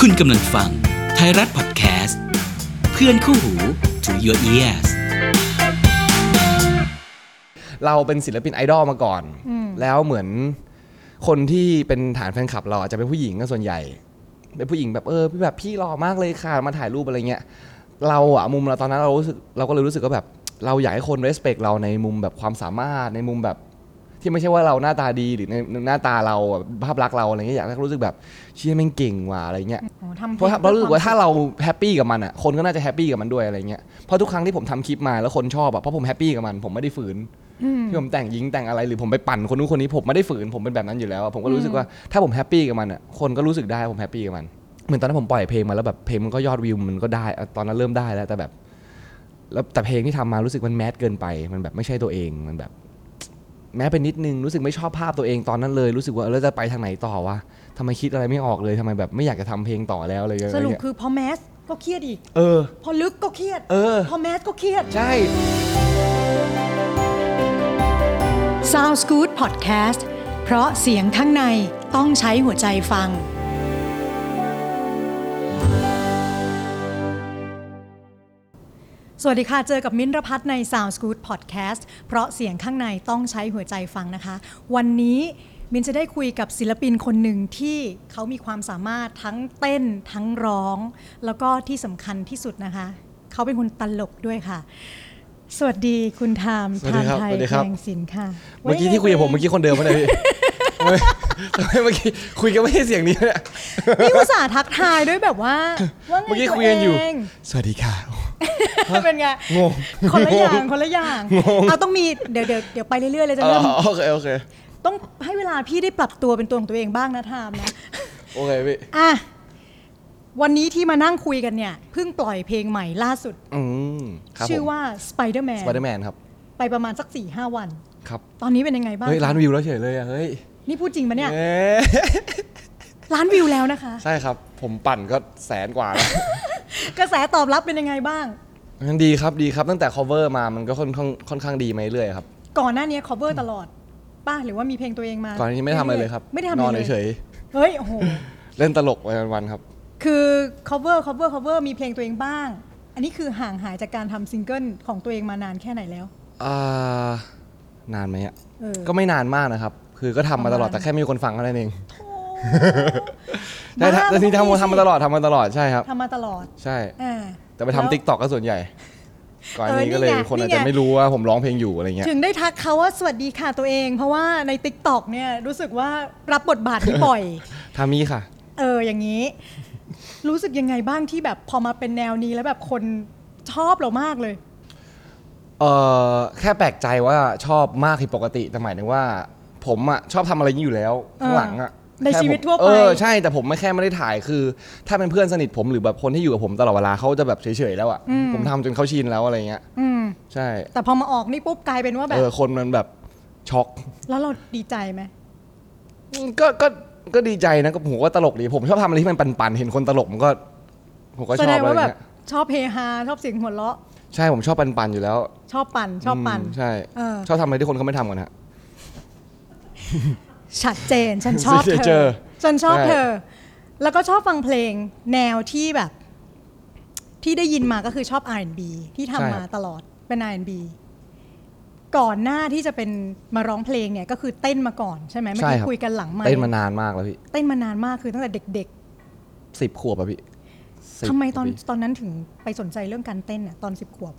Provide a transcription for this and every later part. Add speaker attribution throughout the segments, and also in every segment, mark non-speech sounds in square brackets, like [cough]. Speaker 1: คุณกำลังฟังไทยรัฐพอดแคสต์เพื่อนคู่หู to your ears
Speaker 2: เราเป็นศิลปินไอดอลมาก่อน แล้วเหมือนคนที่เป็นฐานแฟนคลับเราอาจจะเป็นผู้หญิงก็ส่วนใหญ่ เป็นผู้หญิงแบบเออพี่แบบพี่หล่อมากเลยค่ะมาถ่ายรูปอะไรเงี้ย เราอะมุมเราตอนนั้นเรารู้สึกเราก็เลยรู้สึกว่าแบบ เราอยากให้คน respect เราในมุมแบบความสามารถในมุมแบบ ที่ไม่ใช่ว่าเราหน้าตาดีหรือในหน้าตาเราอะภาพลักษณ์เราอะไรเงี้ยอยากให้เขารู้สึกแบบเชี่ยแม่งเก่งว่ะอะไรเงี้ย
Speaker 3: โอ้ทำ
Speaker 2: เพราะ
Speaker 3: พลง
Speaker 2: เรารู้สึกว่าถ้า
Speaker 3: พื่อค
Speaker 2: เราแฮปปี้กับมันอ่ะคนก็น่าจะแฮปปี้กับมันด้วยอะไรเงี้ยเพราะทุกครั้งที่ผมทำคลิปมาแล้วคนชอบอ่ะเพราะผมแฮปปี้กับมันผมไม่ได้ฝืนที่ผมแต่งยิงแต่งอะไรหรือผมไปปั่นคนนู้นคนนี้ผมไม่ได้ฝืนผมเป็นแบบนั้นอยู่แล้วอะผมก็รู้สึกว่าถ้าผมแฮปปี้กับมันอ่ะคนก็รู้สึกได้ว่าผมแฮปปี้กับมันเหมือนตอนนั้นผมปล่อยเพลงมาแล้วแบบเพลงมันก็ยอดวิวมันก็ได้อะตอนนั้นเริ่มได้แล้วแต่แบบ แล้วแต่เพลงที่ทำมารู้สึกมันแมสเกินไป มันแบบไม่ใช่ตัวเองมันแบบ แม้เป็นนิดนึงรู้สึกไม่ชอบภาพตัวเองตอนนั้นเลยรู้สึกว่าเออแล้วจะไปทางไหนต่อวะทำไมคิดอะไรไม่ออกเลยทำไมแบบไม่อยากจะทำเพลงต่อแล้วอะไรอย่าง
Speaker 3: น
Speaker 2: เงี้ย
Speaker 3: สรุปคือพอแมสก็เครียดอีก
Speaker 2: เออ
Speaker 3: พอลึกก็เครียด
Speaker 2: เออ
Speaker 3: พอแมสก็เครียด
Speaker 2: ใช่
Speaker 3: Sound Good Podcast เพราะเสียงข้างในต้องใช้หัวใจฟัง สวัสดีค่ะ เจอกับมิ้นท์รพัฒน์ใน Sound Good Podcast เพราะเสียงข้างในต้องใช้หัวใจฟังนะคะ วันนี้มิ้นท์จะได้คุยกับศิลปินคนหนึ่งที่เขามีความสามารถทั้งเต้นทั้งร้อง แล้วก็ที่สำคัญที่สุดนะคะ เขาเป็นคนตลกด้วยค่ะ สวัสดีคุณทาม
Speaker 2: สวัสดีค
Speaker 3: ทาม
Speaker 2: รับ
Speaker 3: ไทย
Speaker 2: สวัสดีครับ
Speaker 3: แกงสินค่ะ
Speaker 2: เมื่อกี้ที่คุยกับผมเมื่อกี้คนเดิมปะเนี่ยพี่ทำไมทำไมเมื่อ [laughs] กี้คุยกันไม่ใช่เสียงนี้เนี่ย [laughs]
Speaker 3: นี่อุตส่าห์ทักทายด้วยแบบว่าว่าไง
Speaker 2: เมื่อกี้คุยกันอยู่
Speaker 3: ตัวเง
Speaker 2: สวัสดีค่ะ
Speaker 3: เป็นไง
Speaker 2: งง
Speaker 3: คนละอย่างคนละอย่างเอาต้องมีเดี๋ยวเดี๋ยวเดี๋ยวไปเรื่อยๆเลยจะ
Speaker 2: อ๋
Speaker 3: เริ่ม
Speaker 2: อโอเค โอเค
Speaker 3: ต้องให้เวลาพี่ได้ปรับตัวเป็นตัวของตัวเองบ้างนะทามนะ
Speaker 2: โอเคพี่
Speaker 3: อ่ะ วันนี้ที่มานั่งคุยกันเนี่ย เพิ่งปล่อยเพลงใหม่ล่าสุด
Speaker 2: อืมครับ
Speaker 3: ชื่อว่า Spider-Man
Speaker 2: สไปเดอร์แมนครับ
Speaker 3: ไปประมาณสัก4ี่ห้าวัน
Speaker 2: ครับ
Speaker 3: ตอนนี้เป็นยังไงบ้าง
Speaker 2: เฮ้ย ร้านวิวแล้วเฉยเลยอะเฮ้ย
Speaker 3: นี่พูดจริงปะเนี่ย
Speaker 2: เอ๊ะ
Speaker 3: ล้านวิวแล้วนะคะ
Speaker 2: ใช่ครับ ผมปั่นก็แสนกว่าแล้ว
Speaker 3: กระแสตอบรับเป็นยังไงบ้าง
Speaker 2: มันดีครับ ดีครับ ตั้งแต่ cover มา มันก็ค่อนข้างค่อนข้างดีมาเรื่อยๆครับ
Speaker 3: ก่อนหน้านี้ cover ตลอดป้าหรือว่ามีเพลงตัวเองมา
Speaker 2: ก่อนอันนี้ไม่ได้ทำอะไรเลยครับ
Speaker 3: ไม่ได้ทำ
Speaker 2: น
Speaker 3: อะ
Speaker 2: อน
Speaker 3: ไร
Speaker 2: เฉย
Speaker 3: เลยเฮ้ยโอ้โห
Speaker 2: ๆเล่นตลกไปวันๆครับ
Speaker 3: คือ cover cover cover มีเพลงตัวเองบ้าง อันนี้คือห่างหายจากการทำซิงเกิลของตัวเองมานานแค่ไหนแล้ว
Speaker 2: อ่านานไหมอะ
Speaker 3: เออ
Speaker 2: ก็ไม่นานมากนะครับ คือก็ทำมาตลอด
Speaker 3: ประมาณ
Speaker 2: แต่แค่ไม่มีคนฟังเท่านั้นเอง
Speaker 3: บ้า
Speaker 2: ใช่ทำแต่
Speaker 3: น
Speaker 2: ที่
Speaker 3: ต้อง
Speaker 2: ทำมาทำมาตลอดทำมาตลอดใช่ครับ
Speaker 3: ทำมาตลอด
Speaker 2: ใช่
Speaker 3: อ่า
Speaker 2: แต่ไป
Speaker 3: แล้ว
Speaker 2: ทำติ๊กต็อกก็ส่วนใหญ่ ก่อนอันนี้
Speaker 3: เออนี่
Speaker 2: ก็เลย
Speaker 3: ไง
Speaker 2: คนอาจ
Speaker 3: นี่
Speaker 2: จะ
Speaker 3: ไง
Speaker 2: ไม่รู้ว่าผมร้องเพลงอยู่อะไรเงี้ย
Speaker 3: ถึงได้ทักเขาว่าสวัสดีค่ะตัวเอง เพราะว่าใน t ิ k t o k เนี่ยรู้สึกว่ารับบทบาทที่ปล่อย [laughs]
Speaker 2: ทามีค่ะ
Speaker 3: เอออย่างนี้ รู้สึกยังไงบ้างที่แบบพอมาเป็นแนวนี้แล้วแบบคนชอบเรามากเลย
Speaker 2: เอ่อแค่แปลกใจว่าชอบมากผิดปกติแต่หมายถึงว่า ผมอะชอบทำอะไรอย่างนี้อยู่แล้วข้างหลังอะ
Speaker 3: เออใน
Speaker 2: แค่ผม
Speaker 3: ชีวิตทั่วไป
Speaker 2: เออใช่แต่ผมไม่แค่ไม่ได้ถ่ายคือ ถ้าเป็นเพื่อนสนิทผมหรือแบบคนที่อยู่กับผมตลอดเวลาเขาจะแบบเฉยๆแล้วอะผมทำจนเขาชินแล้วอะไรเงี้ย
Speaker 3: อืม
Speaker 2: ใช่
Speaker 3: แต่พอมาออกนี่ปุ๊บกลายเป็นว่าแบ
Speaker 2: เอบ อคนมันแบบช็อก
Speaker 3: แล้วเราดีใจไหม
Speaker 2: ก็ก็ก็ดีใจนะก็ผมก็ตลกดีผมชอบทำอะไรที่มันปันๆเห็นคนตลกมันก็ผมก็
Speaker 3: แส
Speaker 2: ชอ
Speaker 3: ด
Speaker 2: บ
Speaker 3: ง
Speaker 2: อะไร
Speaker 3: ว่าแบบ
Speaker 2: เงี้ย
Speaker 3: ชอบเฮฮาชอบเสียงหัวเราะ
Speaker 2: ใช่ผมชอบปันๆอยู่แล้ว
Speaker 3: ชอบปั่นชอบปั่น
Speaker 2: มใช่
Speaker 3: เออ
Speaker 2: ชอบทำอะไรที่คนเขาไม่ทำกันฮะ
Speaker 3: ชัดเจน ฉันชอบเธ
Speaker 2: เจ
Speaker 3: อ
Speaker 2: อ
Speaker 3: ฉันชอบ
Speaker 2: ใช่
Speaker 3: เธอ แล้วก็ชอบฟังเพลงแนวที่แบบ ที่ได้ยินมาก็คือชอบ R&B ที่ทำมาตลอดเป็น R&B ก่อนหน้าที่จะเป็นมาร้องเพลงเนี่ยก็คือเต้นมาก่อนใช่ไหมเมื่อ
Speaker 2: ใช่
Speaker 3: กี้
Speaker 2: รับ
Speaker 3: คุยกันหลังไมค์
Speaker 2: เต้นมานานมากแล้วพี่
Speaker 3: เต้นมานานมากคือตั้งแต่เด็ก
Speaker 2: สิบขวบอะพี่
Speaker 3: ๆ
Speaker 2: 10
Speaker 3: ทำไมตอน
Speaker 2: กว่าปี
Speaker 3: ตอนนั้นถึงไปสนใจเรื่องการเต้นอ่ะตอนสิบขวบ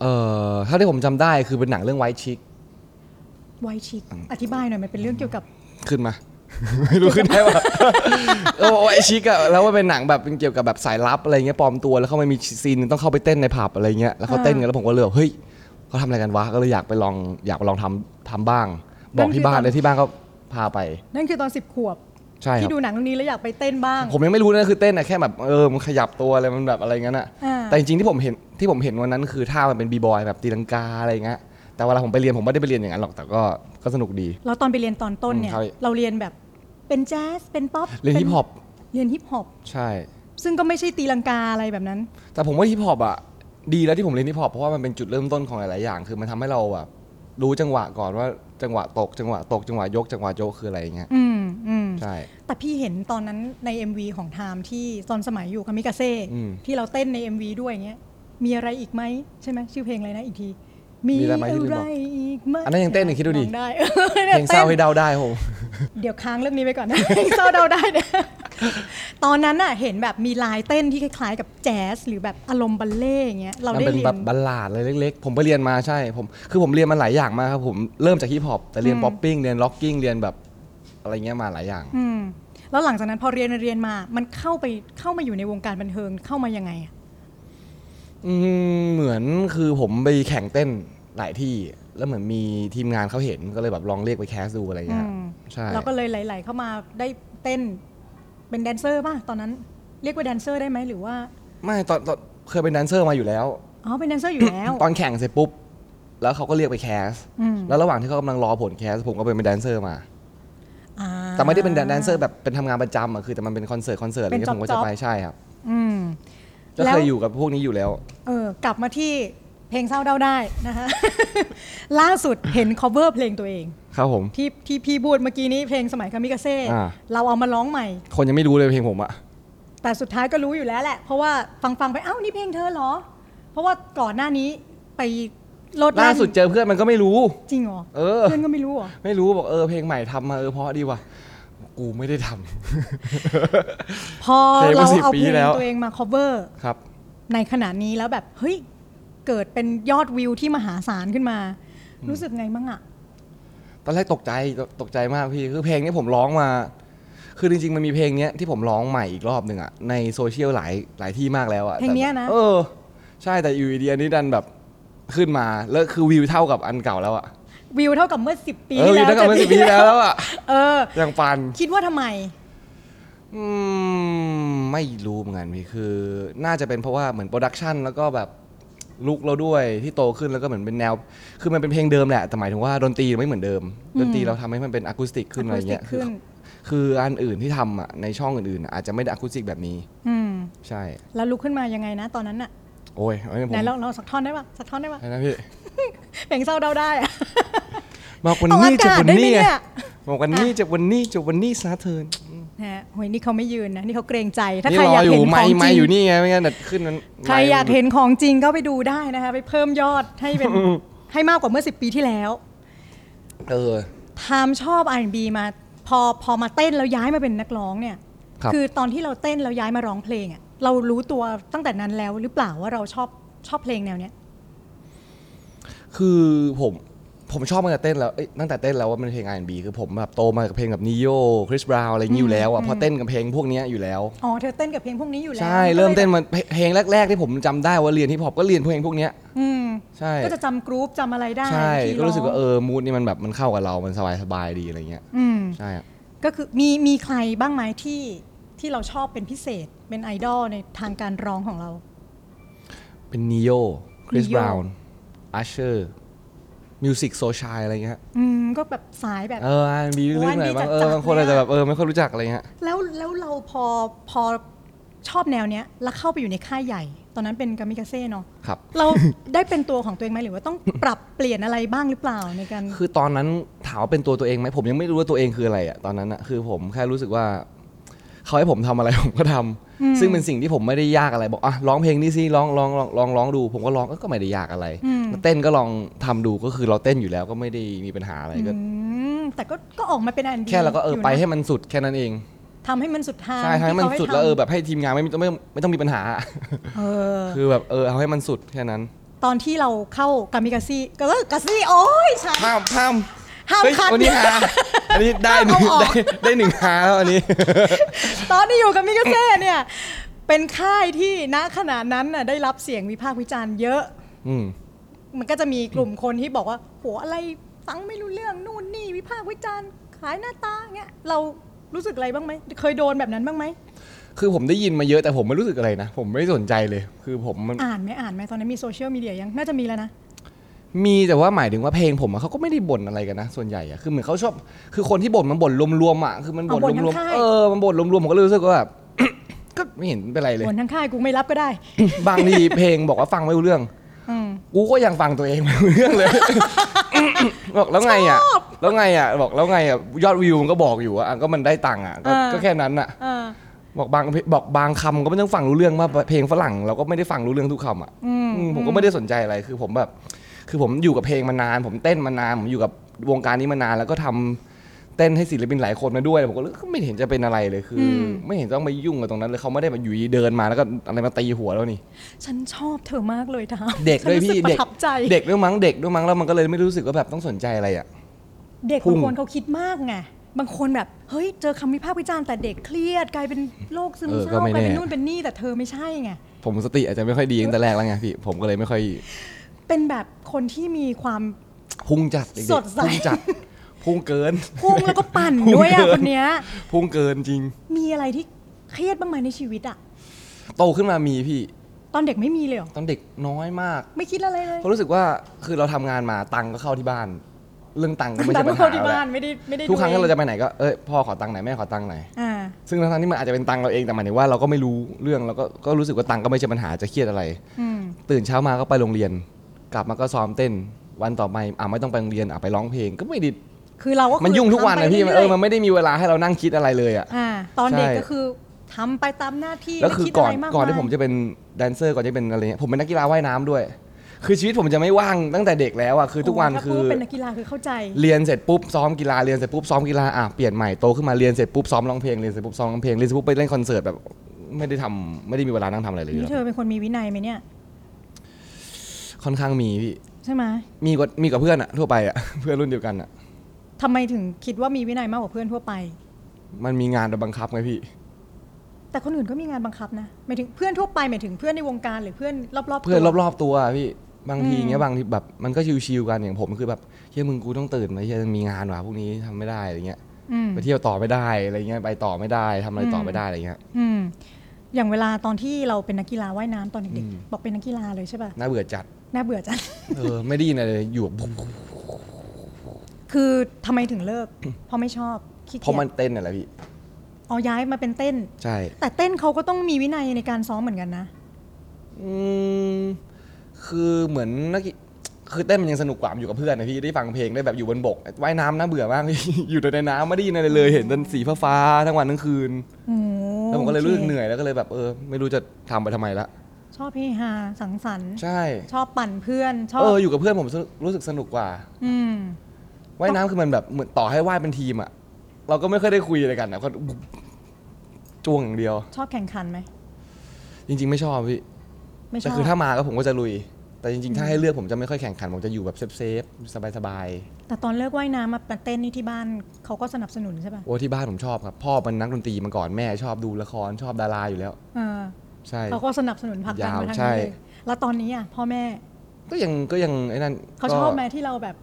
Speaker 2: เอ่อถ้าที่ผมจำได้คือเป็นหนังเรื่องไวท์ชิค
Speaker 3: ไวชิกอธิบายหน่อยมันเป็นเรื่องเกี่ยวกับ
Speaker 2: ขึ้นมา ไม่รู้ขึ้นได้ปะไวท์ชิคอะแล้วมันเป็นหนังแบบเกี่ยวกับแบบสายลับอะไรเงี้ยปลอมตัวแล้วเขาไม่มีซีนต้องเข้าไปเต้นในผับอะไรเงี้ยแล้วเขาเต้นกันแล้วผมก็เลยแบบเฮ้ยเขาทำอะไรกันวะก็เลยอยากไปลองอยากไปลองทำทำบ้าง บอกที่บ้านเลยที่บ้านก็พาไป
Speaker 3: นั่นคือตอนสิบขวบ
Speaker 2: ใช่ครั
Speaker 3: ที่
Speaker 2: บ
Speaker 3: ดูหนังเรื่องนี้แล้วอยากไปเต้นบ้าง
Speaker 2: ผมยังไม่รู้นะคือเต้นนะแค่แบบเออมันขยับตัวอะไรมันแบบอะไรงั้นอะ
Speaker 3: อ่า
Speaker 2: แต่จริงๆที่ผมเห็นที่ผมเห็นวันนั้นคือท่ามันเป็นบีบอยแบบตีลังกาอะไรเงี้ยแต่เวลาผมไปเรียนผมไม่ได้ไปเรียนอย่างนั้นหรอกแต่ก็ก็สนุกดี
Speaker 3: เราตอนไปเรียนตอนต้นเนี่ย
Speaker 2: อืมครับ
Speaker 3: เราเรียนแบบเป็นแจ๊สเป็นป๊อป
Speaker 2: เรียน
Speaker 3: ป็
Speaker 2: ฮิปฮอป
Speaker 3: เรียนฮิปฮอป
Speaker 2: ใช่
Speaker 3: ซึ่งก็ไม่ใช่ตีลังกาอะไรแบบนั้น
Speaker 2: แต่ผมว่าฮิปฮอปอะดีแล้วที่ผมเรียนฮิปฮอปเพราะว่ามันเป็นจุดเริ่มต้นของหลายๆอย่าง คือมันทำให้เราแบบรู้จังหวะก่อนว่าจังหวะตกจังหวะตกจังหวะยกจังหวะโยกคืออะไรเงี้ย
Speaker 3: อืมอืม
Speaker 2: ใช่
Speaker 3: แต่พี่เห็นตอนนั้นใน MV ของไทม์ที่ตอนสมัยอยู่คามิกาเซ่
Speaker 2: อืม
Speaker 3: ที่เราเต้นใน MV ด้วยอย่างเงี้ยมีอะไรอีกไหมใช่ไหมชื่อเพลงอะไรนะอีกที
Speaker 2: มีอะไรไหมที่ลืมบอก
Speaker 3: อีกไหม
Speaker 2: อันนั้นยังเต้นอีกคิดดูดิ
Speaker 3: ลองได้ [laughs]
Speaker 2: เพลงเศร้าให้เดาได้โห
Speaker 3: เดี๋ยวค้างเรื่องนี้ไปก่อนนะ [laughs] เศร้าเดาได้เนี่ย [laughs] ตอนนั้นน่ะเห็นแบบมีลายเต้นที่คล้ายๆกับแจ๊สหรือแบบอารมณ์บัลเล่ต์อย่างเงี้ยเรา
Speaker 2: มัน
Speaker 3: ได้
Speaker 2: เป็น
Speaker 3: เรีย
Speaker 2: แบบ
Speaker 3: น
Speaker 2: บัลลาดเลยเล็ก ๆ ผมไปเรียนมาใช่ผมคือผมเรียนมาหลายอย่างมากครับผมเริ่มจากฮิปฮอปแต่เรียน
Speaker 3: อืม
Speaker 2: ป๊อปปิ้งเรียนล็อกกิ้งเรียนแบบอะไรเงี้ยมาหลายอย่าง
Speaker 3: อืมแล้วหลังจากนั้นพอเรียนเรียนมา มันเข้าไปเข้ามาอยู่ในวงการบันเทิงเข้ามายังไงอะ
Speaker 2: อืมเหมือนคือผมไปแข่งเต้นหลายที่ แล้วเหมือนมีทีมงานเขาเห็นก็เลยแบบลองเรียกไปแคสดูอะไรเงี้ย
Speaker 3: อืม
Speaker 2: ใช่
Speaker 3: เราก็เลยไหลๆเข้ามาได้เต้นเป็นแดนเซอร์ป่ะตอนนั้น เรียกว่าแดนเซอร์ได้ไหมหรือว่า
Speaker 2: ไม่ตอนตอนเคยเป็นแดนเซอร์มาอยู่แล้ว
Speaker 3: อ๋อเป็นแดนเซอร์อยู่แล้ว
Speaker 2: [coughs] ตอนแข่งเสร็จปุ๊บ แล้วเขาก็เรียกไปแคส
Speaker 3: อืม
Speaker 2: แล้วระหว่างที่เขากำลังรอผลแคส ผมก็เป็นแดนเซอร์มา
Speaker 3: อ่า
Speaker 2: แต่ไม่ได้เป็นแดนเซอร์แบบเป็นทำงานประจำอะคือแต่มันเป็นคอนเสิร์ตคอนเสิร์ตอะไรเงี้ยผมก็
Speaker 3: เป็น
Speaker 2: จะ
Speaker 3: job
Speaker 2: ไปใช่ครับ
Speaker 3: อืม
Speaker 2: ก็
Speaker 3: แล้
Speaker 2: เคว ยอยู่กับพวกนี้อยู่แล้ว
Speaker 3: เออกลับมาที่เพลงเศร้าเดาได้นะคะ [laughs] ล่าสุดเห็น cover เพลงตัวเอง
Speaker 2: ครับผม
Speaker 3: ที่ที่พี่พูดเมื่อกี้นี้เพลงสมัยคามิกาเซ่
Speaker 2: อ่า
Speaker 3: เราเอามาร้องใหม่
Speaker 2: คนยังไม่รู้เลยเพลงผมอะ
Speaker 3: แต่สุดท้ายก็รู้อยู่แล้วแหละ เพราะว่าฟังฟังๆไปเอ้านี่เพลงเธอเหรอ เพราะว่าก่อนหน้านี้ไปลดแล่น
Speaker 2: ล่าสุดเจอเพื่อนมันก็ไม่รู้
Speaker 3: จริงเหรอ
Speaker 2: เออ
Speaker 3: เพื่อนก็ไม่รู้เหรอ
Speaker 2: ไม่รู้บอกเออเพลงใหม่ทำมาเออเพราะดีว่ะกูไม่ได้ทำ
Speaker 3: พอ
Speaker 2: เพลง
Speaker 3: เรา
Speaker 2: มาสิบ
Speaker 3: เอา
Speaker 2: ปี
Speaker 3: เพลง
Speaker 2: แล้ว
Speaker 3: ตัวเองมา cover
Speaker 2: ครับ
Speaker 3: ในขณะนี้แล้วแบบเฮ้ยเกิดเป็นยอดวิวที่มหาศาลขึ้นมา รู้สึกไงมั่งอะ
Speaker 2: ตอนแรกตกใจตกใจมากพี่ คือเพลงนี้ผมร้องมา คือจริงๆมันมีเพลงเนี้ยที่ผมร้องใหม่อีกรอบหนึ่งอะในโซเชียลหลายหลายที่มากแล้วอะ
Speaker 3: เพลงเนี้ยนะ
Speaker 2: แต่แบบเออ ใช่แต่อยู่ดีๆอันนี้ดันแบบขึ้นมาแล้วคือวิวเท่ากับอันเก่าแล้วอะ
Speaker 3: วิวเท่ากับเมื่อ 10 ปี
Speaker 2: เออวิวเท่ากับเมื่อสิบปีที่แล้วแล้วอะ
Speaker 3: เออ
Speaker 2: ยังปัน
Speaker 3: คิดว่าทำไม
Speaker 2: อืมไม่รู้เหมือนกันพี่คือ น่าจะเป็นเพราะว่าเหมือนโปรดักชันแล้วก็แบบลุกเราด้วยที่โตขึ้นแล้วก็เหมือนเป็นแนว คือมันเป็นเพลงเดิมแหละ แต่หมายถึงว่าดนตรีไม่เหมือนเดิม ดนตรีเราทำให้มันเป็นอะคูสติกขึ้นอะไรเงี้ย
Speaker 3: Acoustic
Speaker 2: คือ
Speaker 3: ขึ้น
Speaker 2: คืออันอื่นที่ทำอ่ะในช่องอื่นๆอะอาจจะไม่ได้อะคูสติกแบบนี้
Speaker 3: อืม
Speaker 2: ใช่
Speaker 3: แล้วลุกขึ้นมายังไงนะตอนนั้นอะ
Speaker 2: โอ้ยเอาให้ผม
Speaker 3: ไหนเราเราสักท่อนได้ปะสักท่อนได้ปะ
Speaker 2: ให้นะพี่
Speaker 3: เพลงเศร้าเดาได้อะ
Speaker 2: บอกวัน
Speaker 3: ออก
Speaker 2: นี้
Speaker 3: อา
Speaker 2: จะ
Speaker 3: กาศ
Speaker 2: วัน
Speaker 3: ได้ไหม
Speaker 2: นี้
Speaker 3: เนี่ย
Speaker 2: บอกวันนี้จะวันนี้จะวันนี้สาเทิน
Speaker 3: นะฮะโหยนี่เขาไม่ยืนนะ นี่เขาเกรงใจ ถ้า
Speaker 2: นี่
Speaker 3: ใคร
Speaker 2: รอย
Speaker 3: อาก
Speaker 2: อยู่
Speaker 3: เห็น
Speaker 2: ไม
Speaker 3: ของ
Speaker 2: ค์ไมค์อ
Speaker 3: จริ
Speaker 2: ยู่
Speaker 3: ง
Speaker 2: นี่ไงไม่งั้นเดี๋ยวขึ้นนั้น
Speaker 3: ใคร
Speaker 2: ไมค์
Speaker 3: อยากเห็นของจริงก็ไปดูได้นะคะ ไปเพิ่มยอดให้เป็น
Speaker 2: [laughs]
Speaker 3: ให้มากกว่าเมื่อ 10 ปีที่แล้ว
Speaker 2: เออ
Speaker 3: ไทม์ชอบ R&B มาพอพอมาเต้นแล้วย้ายมาเป็นนักร้องเนี่ย
Speaker 2: ครับ
Speaker 3: อตอนที่เราเต้นแล้วย้ายมาร้องเพลงอะเรารู้ตัวตั้งแต่นั้นแล้วหรือเปล่าว่าเราชอบชอบเพลงแนวเนี้ย
Speaker 2: คือผมผมชอบมาตั้งแต่เต้นแล้วเอ้ยตั้งแต่เต้นแล้วว่ามันเป็นเพลง R&B คือผมแบบโตมากับเพลงแบบนิโยคริสบราวอะไรอย่างนี้อยู่แล้วอ่ะพอเต้นกับเพลงพวกเนี้ยอยู่แล้ว
Speaker 3: อ๋อเธอเต้นกับเพลงพวกนี้อยู่แล้ว
Speaker 2: ใช่เริ่มเต้นมาเพลงแรก ๆ ที่ผมจำได้ว่าเรียนฮิปฮอปก็เรียนเพลงพวกเนี้ย
Speaker 3: อืม
Speaker 2: ใช่
Speaker 3: ก็จะจำกรุ๊ปจำอะไรได้
Speaker 2: ใช่
Speaker 3: วิธี
Speaker 2: ก็รู้สึกว่าเอ
Speaker 3: อง
Speaker 2: อมูดนี่มันแบบมันเข้ากับเรา มันสบายสบายๆดีอะไรเงี้ย
Speaker 3: ม
Speaker 2: ใช่อะ
Speaker 3: ก็คือมีมีใครบ้างไหมที่ที่เราชอบเป็นพิเศษเป็นไอดอลในทางการร้องของเรา
Speaker 2: เป็นนิโยคริส
Speaker 3: Neo
Speaker 2: บราวน์อัชเชอร์มิวสิกโซชายอะไรเงี้ย
Speaker 3: อืมก็แบบสายแบบ
Speaker 2: เออ R&B ลึกๆหน่อยบางเออบางคนอาจจะแบบเออไม่ค่อยรู้จักอะไรเงี้ย
Speaker 3: แล้วแล้วเราพอพอชอบแนวเนี้ย แล้วเข้าไปอยู่ในค่ายใหญ่ ตอนนั้นเป็นกามิกาเซ่เนาะ
Speaker 2: ครับ
Speaker 3: เราได้เป็นตัวของตัวเองไหมหรือว่าต้องปรับเปลี่ยนอะไรบ้างหรือเปล่าในการ
Speaker 2: คือตอนนั้นถามว่าเป็นตัวตัวเองไหมผมยังไม่รู้ว่าตัวเองคืออะไรอะตอนนั้นอะคือผมแค่รู้สึกว่าเขาให้ผมทำอะไร [laughs] ผมก็ทำ
Speaker 3: อืม
Speaker 2: ซึ่งเป็นสิ่งที่ผมไม่ได้ยากอะไรบอกอ่ะร้องเพลงนี้สิร้องร้องร้องร้องร้องดู ผมก็ร้องก็ไม่ได้ยากอะไร
Speaker 3: อืม
Speaker 2: เต้นก็ลองทำดูก็คือเราเต้นอยู่แล้วก็ไม่ได้มีปัญหาอะไรก็
Speaker 3: อืมแต่ก็ก็ออกมาเป็นอันดี
Speaker 2: แค่เราก็เออ
Speaker 3: อยู่นะ
Speaker 2: ไปให้มันสุดแค่นั้นเอง
Speaker 3: ทำให้มันสุดทาง
Speaker 2: ใช่ทำให้มัน
Speaker 3: ขา
Speaker 2: สุดแล้ว
Speaker 3: ทำ
Speaker 2: เออแบบให้ทีมงานไม่ไม่ไม่ไม่ต้องมีปัญหา
Speaker 3: เออ
Speaker 2: คือแบบเออเอาให้มันสุดแค่นั้น
Speaker 3: ตอนที่เราเข้ากามิกาซี่ก็เออกาซี่โอ้ยฉัน
Speaker 2: ห้ามห้าม
Speaker 3: ห้าม
Speaker 2: เฮ้ย
Speaker 3: คัด
Speaker 2: วันนี้หาอันนี้ได้หนึ่ง
Speaker 3: เอาออก
Speaker 2: ได้ได้หนึ่งหาแล้วอันนี้
Speaker 3: ตอนที่อยู่กับมิกาเซ่เนี่ย เป็นค่ายที่ณขณะนั้นน่ะได้รับเสียงวิพากษ์วิจารณ์เยอะ
Speaker 2: อืม
Speaker 3: มันก็จะมีกลุ่มคนที่บอกว่าโหอะไรฟังไม่รู้เรื่องนู่นนี่วิพากษ์วิจารณ์ขายหน้าตาเงี้ยเรารู้สึกอะไรบ้างไหมเคยโดนแบบนั้นบ้างไหม
Speaker 2: คือผมได้ยินมาเยอะแต่ผมไม่รู้สึกอะไรนะ ผมไม่สนใจเลย คือผมมัน
Speaker 3: อ่านไหมอ่านไหมตอนนั้นมีโซเชียลมีเดียยังน่าจะมีแล้วนะ
Speaker 2: มีแต่ว่าหมายถึงว่าเพลงผมอะเขาก็ไม่ได้บ่นอะไรกันนะ ส่วนใหญ่อะคือเหมือนเขาชอบ คือคนที่บ่นมันบ่นรวมๆอะคือมันบ่น
Speaker 3: เอาบ่น
Speaker 2: รวม
Speaker 3: ทั้งค่าย
Speaker 2: ๆเออมันบ่นรวมๆผมก็เลยรู้สึกว่าแบบ [coughs] ก็ไม่เห็นเป็นไรเลย
Speaker 3: ผลทั้งค่ายกูไม่รับก็ได้
Speaker 2: บางทีเพลงบอกว่าฟังไม่รู้เรื่อง
Speaker 3: อืม
Speaker 2: กูก็ยังฟังตัวเองไม่รู้เรื่องเลย [laughs] บอกแล้วไงอะ
Speaker 3: ชอบ
Speaker 2: แล้วไงอ่ะบอกแล้วไงอ่ะยอดวิวมันก็บอกอยู่ว่าอ่ะก็มันได้ตังค์อ่ะก็
Speaker 3: เออ
Speaker 2: ก็แค่นั้นอ่ะ
Speaker 3: เออ
Speaker 2: บอกบางบอกบางคำก็ไม่ต้องฟังรู้เรื่องมากเพลงฝรั่งเราก็ไม่ได้ฟังรู้เรื่องทุกคำอ่ะ
Speaker 3: อืม
Speaker 2: อืมผมก็ไม่ได้สนใจอะไรคือผมแบบ คือผมอยู่กับเพลงมานาน ผมเต้นมานานผมอยู่กับวงการนี้มานานแล้วก็ทำเต้นให้ศิลปินหลายคนมาด้วยผมก็เลยไม่เห็นจะเป็นอะไรเลยคืออ
Speaker 3: ม
Speaker 2: ไม่เห็นต้องไปยุ่งกับตรงนั้นเลยเขาไม่ได้แบบอยู่ดีเดินมาแล้วก็อะไรมาตีหัวแล้วนี่
Speaker 3: ฉันชอบเธอมากเลยทาม
Speaker 2: เด็กด้วย
Speaker 3: ฉันรู้สึ
Speaker 2: พี่
Speaker 3: ป
Speaker 2: เด็ก
Speaker 3: ระทับใจ
Speaker 2: เด็กด้วยมั้งเด็กด้วยมั้งแล้วมันก็เลยไม่รู้สึกว่าแบบต้องสนใจอะไรอ่ะ
Speaker 3: เด็ก
Speaker 2: พุ่
Speaker 3: บาง
Speaker 2: ง
Speaker 3: คนเขาคิดมากไง บางคนแบบ เฮ้ย เจอคำวิพากษ์วิจารณ์แต่เด็กเครียด กลายเป็นโรคซึมเศร้ากลายเป็นนู่นเป็นนี่แต่เธอไม่ใช่ไง
Speaker 2: ผมสติอาจจะไม่ค่อยดีตั้งแต่แรกแล้วไงพี่ผมก็เลยไม่ค่อย
Speaker 3: เป็นแบบคนที่มีความ
Speaker 2: พุ่งจัดเกๆ
Speaker 3: สดใส
Speaker 2: พุ่งจัดพุ่งเกิน [laughs]
Speaker 3: พุ่งแล้วก็ปั่นด้วยอ่ะคนเนี้ย
Speaker 2: พุ่งเกินจริง
Speaker 3: มีอะไรที่เครียดบ้างไหมในชีวิตอ่ะ
Speaker 2: โตขึ้นมามีพี่
Speaker 3: ตอนเด็กไม่มีเลยเหรอ
Speaker 2: ตอนเด็กน้อยมาก
Speaker 3: ไม่คิดอะไรเลย
Speaker 2: เพราะรู้สึกว่าคือเราทำงานมาตังค์ก็เข้าที่บ้าน เรื่องตังค์ก็ไม่
Speaker 3: แต่
Speaker 2: ใช่ปัญ
Speaker 3: เมื่อเขา
Speaker 2: หา
Speaker 3: ที่
Speaker 2: แล้
Speaker 3: บ้าน
Speaker 2: ว
Speaker 3: ไม่ได้ไม่ได้
Speaker 2: ทุกครั้ง
Speaker 3: ดู
Speaker 2: ที่
Speaker 3: อง
Speaker 2: เราจะไปไหนก็เอ้ยพ่อขอตังค์ไหนอยแม่ขอตังค์ไหนอย
Speaker 3: อ่า
Speaker 2: ซึ่งทั้งๆที่มันอาจจะเป็นตังค์เราเองแต่หมายถึงว่าเราก็ไม่รู้เรื่องเราก็ก็รู้สึกว่าตังค์ก็ไม่ใช่ปัญหาจะเครียดอะไร
Speaker 3: อืม
Speaker 2: ตื่นเช้ามาก็ไปโรงเรียน กลับมาก็ซ้อมเต้น วันต่อไปอ่ะไม่ต้องไปโรงเรียนอ่ะไปร้องเพลงก็ไม่ไดิ
Speaker 3: คือเราก็คือ
Speaker 2: มันยุ่งทุกวันนะ
Speaker 3: ทำไป
Speaker 2: พี่มันเอ
Speaker 3: รื่
Speaker 2: อย
Speaker 3: ๆ
Speaker 2: มันไม่ได้มีเวลาให้เรานั่งคิดอะไรเลยอ่ะ
Speaker 3: อ่า ตอนเด็ก
Speaker 2: ใช่
Speaker 3: ก็คือทำไปตามหน้าที่
Speaker 2: แล้วคือ
Speaker 3: ไม่ด
Speaker 2: ก่อนะ
Speaker 3: ไราก
Speaker 2: ก่อน
Speaker 3: ย
Speaker 2: ที่ผมจะเป็นแดนเซอร์ก่อนจะเป็นอะไรเนี่ยผมเป็นนักกีฬาว่ายน้ำด้วย คือชีวิตผมจะไม่ว่างตั้งแต่เด็กแล้วอ่ะคือทุกวัน
Speaker 3: โถ้า
Speaker 2: คื
Speaker 3: พูด
Speaker 2: อ
Speaker 3: ว่าเป็นนักกีฬาคือเข้าใจ
Speaker 2: เรียนเสร็จปุ๊บซ้อมกีฬาเรียนเสร็จปุ๊บซ้อมกีฬาอ่ะเปลี่ยนใหม่โตขึ้นมาเรียนเสร็จปุ๊บซ้อมร้องเพลงเรียนเสร็จปุ๊บซ้อมร้องเพลงเรียนเสร็จปุ๊บไปเล่นคอนเสิร์ตแบบไม่ได้ทำไม่ได้มีเวลานั่งทำอะไรเลย
Speaker 3: นี่เธอเป็นคนมีวินัยไหมเนี่ย
Speaker 2: ค่อนข้างมีพี่
Speaker 3: ใช่ไหม
Speaker 2: มีกว่ามีกับเพื่อนอ่ะทั่วไปอ่ะ [laughs] เพื่อนรุ่นเดียวกันอ่ะ
Speaker 3: ทำไมถึงคิดว่ามีวินัยมากกว่าเพื่อนทั่วไป
Speaker 2: มันมีงานโดนบังคับไงพี่
Speaker 3: แต่คนอื่นก็มีงานบังคับนะหมายถึงเพื่อนทั่วไปหมายถึงเพื่อนในวงการหรือเพื่อนรอบๆตัว
Speaker 2: เพื่อนรอบๆตัวอะพี่บางที
Speaker 3: อืม
Speaker 2: เงี้ยบางทีแบบมันก็ชิวๆกันอย่างผมคือแบบเฮ้ยมึงกูต้องตื่นมาเฮ้ยมีงานว่ะพรุ่งนี้ทำไม่ได้อะไรเงี้ย
Speaker 3: อืม
Speaker 2: ไปเที่ยวต่อไม่ได้อะไรเงี้ยไปต่อไม่ได้ทำอะไรต่อไม่ได้อะไรเงี้ย
Speaker 3: อืม อย่างเวลาตอนที่เราเป็นนักกีฬาว่ายน้ำตอนเด็ก
Speaker 2: อืม
Speaker 3: ๆบอกเป็นนักกีฬาเลยใช่ป่ะ
Speaker 2: น่าเบื่อจัด
Speaker 3: น่าเบื่อจัง
Speaker 2: เออไม่ไดีนะเลยอยู่
Speaker 3: คือทำไมถึงเลิก เพราะไม่ชอบขี้
Speaker 2: เพราะ
Speaker 3: เกี
Speaker 2: มั
Speaker 3: ย
Speaker 2: น
Speaker 3: จ
Speaker 2: เต้นน่ะแหละพี่
Speaker 3: อ๋อย้ายมาเป็นเต้น
Speaker 2: ใช่
Speaker 3: แต่เต้นเขาก็ต้องมีวินัยในการซ้อมเหมือนกันนะ
Speaker 2: อืมคือเหมือนนักกีคือเต้นมันยังสนุกกว่าอยู่กับเพื่อนนะพี่ได้ฟังเพลงได้แบบอยู่บนบกว่ายน้ำน่าเบื่อมาก [laughs] พี่ อยู่แต่ในน้ำไม่ได้ยินอะไรเลยเห็นแต่สีฟ้าๆทั้งวันทั้งคืน
Speaker 3: โอ้
Speaker 2: แล้วผมก็เลยรู้สึกเห
Speaker 3: โอ
Speaker 2: นื่อยแล้วก็เลยแบบเออไม่รู้จะทำไปทำไมละ
Speaker 3: คชอบเฮฮาสังสรรค์
Speaker 2: ใช่
Speaker 3: ชอบปั่นเพื่อนชอบ
Speaker 2: เอออยู่กับเพื่อนผมสนุกรู้สึกสนุกกว่า
Speaker 3: อืม
Speaker 2: ว่ายน้ำคือมันแบบเหมือนต่อให้ว่ายเป็นทีมอะเราก็ไม่ค่อยได้คุยอะไรกันนะก็จ้วงอย่างเดียว
Speaker 3: ชอบแข่งขันไหม
Speaker 2: จริง ๆ ไม่ชอบพี่
Speaker 3: ไม่ช
Speaker 2: แต่
Speaker 3: อบ
Speaker 2: คือถ้ามาก็ผมก็จะลุย แต่จริง ๆ ถ้าให้เลือกผมจะไม่ค่อยแข่งขันผมจะอยู่แบบเซฟๆสบายๆ
Speaker 3: แต่ตอนเลิกว่ายน้ำมาเต้นนี่ที่บ้านเขาก็สนับสนุนใช่ป่ะ
Speaker 2: โอ้ที่บ้านผมชอบครับ พ่อเป็นนักดนตรีมาก่อนแม่ชอบดูละครชอบดาราอยู่แล้ว
Speaker 3: เออ
Speaker 2: ใช่
Speaker 3: เขาก็สนับสนุนผลักดัน
Speaker 2: ยาว
Speaker 3: มาทาง
Speaker 2: ใช่
Speaker 3: นี้เลยแล้วตอนนี้อ่ะพ่อแม่
Speaker 2: ก็ยังก็ยังไอ้นั่น
Speaker 3: เขาชอบไหมที่เราแบบ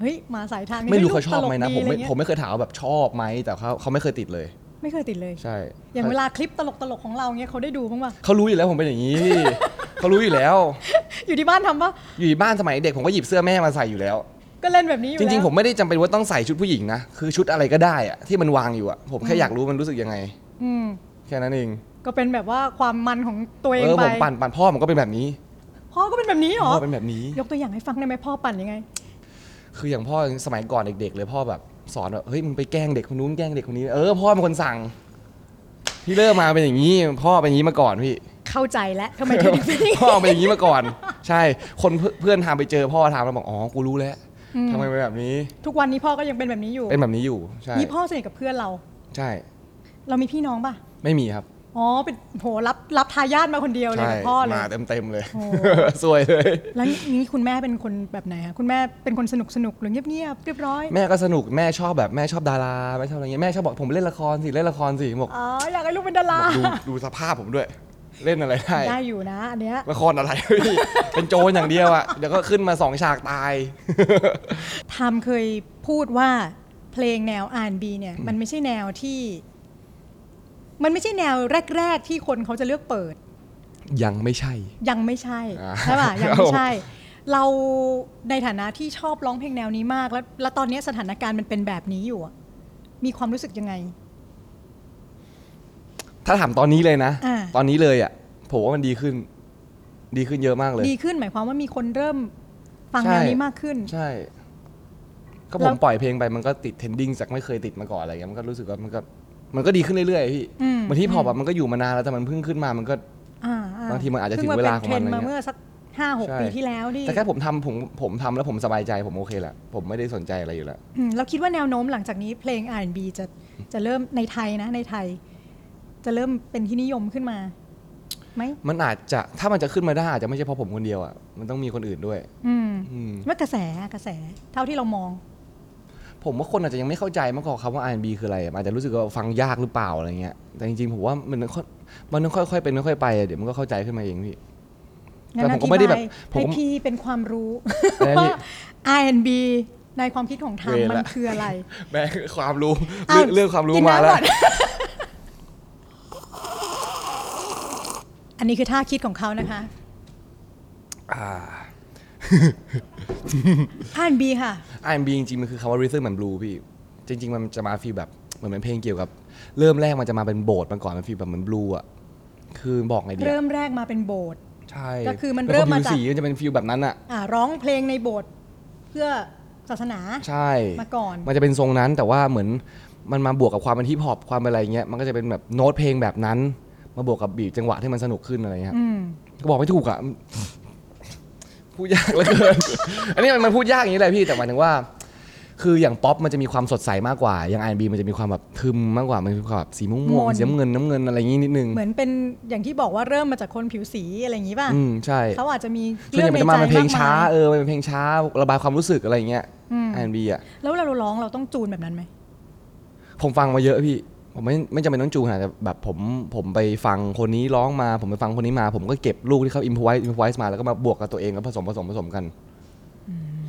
Speaker 3: เฮ้ยมาสายทางนี้
Speaker 2: ไม่รู้
Speaker 3: ฮ้ย
Speaker 2: เขา
Speaker 3: ลูก
Speaker 2: ชอบไหมนะ
Speaker 3: ตลก
Speaker 2: ผมไม่
Speaker 3: ดีอรเงี้ย
Speaker 2: ผมไม่เคยถามว่าแบบชอบไหมแต่เขาเขาไม่เคยติดเลย
Speaker 3: ไม่เคยติดเลย
Speaker 2: ใช่
Speaker 3: อย่างเวลาคลิปตลกตลกๆของเราเงี้ยเขาได้ดูบ้างป่ะ
Speaker 2: เขารู้อยู่แล้วผมเป็นอย่างนี้ [laughs] เขารู้อยู่แล้ว
Speaker 3: อยู่ที่บ้านทำป่ะ
Speaker 2: อยู่ที่บ้านสมัยเด็กผมก็หยิบเสื้อแม่มาใส่อยู่แล้ว
Speaker 3: ก็เล่นแบบนี้อยู่
Speaker 2: จริง
Speaker 3: แล้ว
Speaker 2: ๆ ผมไม่ได้จำเป็นว่าต้องใส่ชุดผู้หญิงนะคือชุดอะไรก็ได้อะที่มันวางอยู่อะผมแค่อยากรู้มันรู้สึกยังไง
Speaker 3: อืม
Speaker 2: แค่นั้นเอง
Speaker 3: ก็เป็นแบบว่าความมันของตัวเอง
Speaker 2: เออ
Speaker 3: ไป
Speaker 2: ผมปั่นปั่นพ่อผมก็เป็นแบบนี้
Speaker 3: พ่อก็เป็นแบบนี้เหรอ
Speaker 2: พ่อเป็นแบบนี้
Speaker 3: ยกตัวอย่างให้ฟังได้ไหมพ่อปั่นยังไง
Speaker 2: คืออย่างพ่อสมัยก่อนเด็กๆเลยพ่อแบบสอนแบบเฮ้ยมึงไปแกล้งเด็กคนนู้นแกล้งเด็กคนนี้เออพ่อเป็นคนสั่งที่เริ่มมาเป็นอย่างนี้ พ่อเป็นอย่างนี้มาก่อนพี่
Speaker 3: เข้าใจแล้วทำไมถึงเป็นอย่างนี้
Speaker 2: พ่อเป็นอย่างนี้มาก่อน ใช่ คนเพื่อนเพื่อนทามไปเจอพ่อทามแล้วบอกอ๋อกูรู้แล้ว
Speaker 3: อืม
Speaker 2: ทำไมเป็นแบบนี้
Speaker 3: ทุกวันนี้พ่อก็ยังเป็นแบบนี้อยู่
Speaker 2: เป็นแบบนี้อยู่ใช่
Speaker 3: มีพ่อสนิทกับเพื่อนเรา
Speaker 2: ใช่
Speaker 3: เรามีพี่น้องป่ะ
Speaker 2: ไม่มีครับ
Speaker 3: อ๋อ เป็นโหรับรับทายาทมาคนเดียวเลย
Speaker 2: ใช่
Speaker 3: กับพ่อเลย
Speaker 2: มาเต็มๆเลย
Speaker 3: โอ้
Speaker 2: [laughs] สวยเลย
Speaker 3: แล้วนี้คุณแม่เป็นคนแบบไหนคะคุณแม่เป็นคนสนุกสนุกหรือเงียบเงียบเรียบร้อย
Speaker 2: แม่ก็สนุกแม่ชอบแบบแม่ชอบดาราแม่ชอบอะไรเงี้ยแม่ชอบบอกผมเล่นละครสิเล่นละครสิบอก
Speaker 3: อ๋อ อยากให้ลูกเป็นดารา
Speaker 2: บอกดูดูสภาพผมด้วย เล่นอะไรได้
Speaker 3: ได้อยู่นะ อันเนี้ย
Speaker 2: ละครอะไร [laughs] พี่เป็นโจรอย่างเดียวอะเดี๋ยวก็ขึ้นมาสองฉากตาย
Speaker 3: ทามเคยพูดว่าเพลงแนว R&B เนี่ย มันไม่ใช่แนวที่ มันไม่ใช่แนวแรก ๆ ที่คนเขาจะเลือกเปิด
Speaker 2: ยังไม่ใช่
Speaker 3: ยังไม่ใช่
Speaker 2: อ่า
Speaker 3: ใช่ป่ะยังไม่ใช่ เราในฐานะที่ชอบร้องเพลงแนวนี้มาก แล้วแล้วตอนเนี้ยสถานการณ์มันเป็นแบบนี้อยู่อะมีความรู้สึกยังไง
Speaker 2: ถ้าถามตอนนี้เลยนะ
Speaker 3: อ่า
Speaker 2: ตอนนี้เลยอะผมว่ามันดีขึ้น ดีขึ้นเยอะมากเลย
Speaker 3: ดีขึ้นหมายความว่ามีคนเริ่มฟัง
Speaker 2: ใช่
Speaker 3: แนวนี้มากขึ้น
Speaker 2: ใช่ ก็ผ
Speaker 3: แล้
Speaker 2: ม
Speaker 3: ว
Speaker 2: ปล่อยเพลงไปมันก็ติดเทนดิ้งจากไม่เคยติดมาก่อนอะไรเงี้ยมันก็รู้สึกว่ามันก็มันก็ดีขึ้นเรื่อยๆพี่
Speaker 3: อืม
Speaker 2: บางทีพอแบบมันก็อยู่มานานแล้วแต่มันเพิ่งขึ้นมามันก็
Speaker 3: อ่ๆ
Speaker 2: บางทีมันอาจจะถึง
Speaker 3: พิ่
Speaker 2: เวลาของมันอะไร
Speaker 3: ป็เทรด์
Speaker 2: เงี้ย
Speaker 3: มาเมื่อสักห้าหก
Speaker 2: ใช่
Speaker 3: ปีที่แล้วดิ
Speaker 2: แต่แค่ผมทำผมผมทำแล้วผมสบายใจผมโอเคแหละผมไม่ได้สนใจอะไรอยู่แล้ว
Speaker 3: อืมเราคิดว่าแนวโน้มหลังจากนี้เพลง R&B จะจะเริ่มในไทยนะในไทย จะเริ่มเป็นที่นิยมขึ้นมาไหม
Speaker 2: มันอาจจะถ้ามันจะขึ้นมาได้อาจจะไม่ใช่เพราะผมคนเดียวอ่ะมันต้องมีคนอื่นด้วย
Speaker 3: อืม
Speaker 2: อืม
Speaker 3: ว่ากระแสอะกระแสเท่าที่เรามอง
Speaker 2: ผมว่าคนอาจจะยังไม่เข้าใจมากกว่าคำว่า R&B คืออะไรอะอาจจะรู้สึกว่าฟังยากหรือเปล่าอะไรเงี้ยแต่จริงๆผมว่ามันค่อยมันต้องค่อยๆเป็นค่อยๆไปอะเดี๋ยวมันก็เข้าใจขึ้นมาเองพี่
Speaker 3: งั้น
Speaker 2: แต่ผมก็
Speaker 3: อธิ
Speaker 2: ไม่ได้แบบ
Speaker 3: าย
Speaker 2: ผม
Speaker 3: ให้
Speaker 2: ก็
Speaker 3: พี่เป็นความรู้
Speaker 2: [laughs] อะไรนะ
Speaker 3: ว่า R&B ในความคิดของทาง
Speaker 2: เวร
Speaker 3: มัน
Speaker 2: ละ
Speaker 3: คืออะไร
Speaker 2: แม่ความรู้
Speaker 3: อ้าว
Speaker 2: เรื่องความรู้
Speaker 3: กิน
Speaker 2: มา
Speaker 3: น้ำ
Speaker 2: แล้ว
Speaker 3: ก่อน อันนี้คือท่าคิดของเขานะคะ
Speaker 2: อ่า
Speaker 3: R&B ค่ะ
Speaker 2: R&B จริงๆมันคือคำว่า rhythm and blue พี่จริง ๆ มันจะมาฟีลแบบเหมือนเป็นเพลงเกี่ยวกับ เริ่มแรกมันจะมาเป็นโบสถ์มาก่อนเป็นฟีลแบบเหมือนบลูอ่ะคือบอกไงดีอะ
Speaker 3: เริ่มแรกมาเป็นโบสถ์
Speaker 2: ใช่
Speaker 3: ก็คือมัน
Speaker 2: แล้ว
Speaker 3: เริ่มมาจา
Speaker 2: ผิว
Speaker 3: ก
Speaker 2: สีมันจะเป็นฟีลแบบนั้นอ่ะ
Speaker 3: อ่าร้องเพลงในโบสถ์เพื่อศาสนา
Speaker 2: ใช่
Speaker 3: มาก่อน
Speaker 2: มันจะเป็นทรงนั้นแต่ว่าเหมือนมันมาบวกกับความเป็นฮิปฮอปความเป็นอะไรเงี้ย มันก็จะเป็นแบบโน้ตเพลงแบบนั้น มาบวกกับบีทจังหวะที่มันสนุกขึ้นอะไรเงี้ย
Speaker 3: อืม
Speaker 2: ก็บอกไม่ถูกอ่ะ พูดยากเหลือเกิน อันนี้มันพูดยากอย่างนี้เลยพี่แต่หมายถึงว่า คืออย่างป๊อปมันจะมีความสดใสมากกว่า อย่างไอบีมันจะมีความแบบทึมมากกว่า มันมีความแบบสีม่วงๆสีน้ำเงินน้ำเงินอะไรอย่างนี้นิดนึง
Speaker 3: เหมือนเป็นอย่างที่บอกว่าเริ่มมาจากคนผิวสีอะไรอย่างนี้ป่ะ
Speaker 2: อืมใช่
Speaker 3: เขาอาจจะมี
Speaker 2: ส่วน
Speaker 3: เรื่
Speaker 2: ให
Speaker 3: อ
Speaker 2: ญ่
Speaker 3: ง
Speaker 2: มัน
Speaker 3: ในใจมาม
Speaker 2: จะาก เป็นเพลงช้าม
Speaker 3: าย
Speaker 2: เออมันเป็นเพลงช้าระบายความรู้สึกอะไรเงี้ยไอบีอ่ะ
Speaker 3: แล้วเราร้องเราต้องจูนแบบนั้นไหม
Speaker 2: ผมฟังมาเยอะพี่ ผมไม่ไม่จำเป็นต้องจูงขนาดแต่แบบผมผมไปฟังคนนี้ร้องมา ผมไปฟังคนนี้มา ผมก็เก็บลูกที่เขาอิมพไวส์อิมพไวส์มาแล้วก็มาบวกกับตัวเองแล้วผสมผสมผสมกัน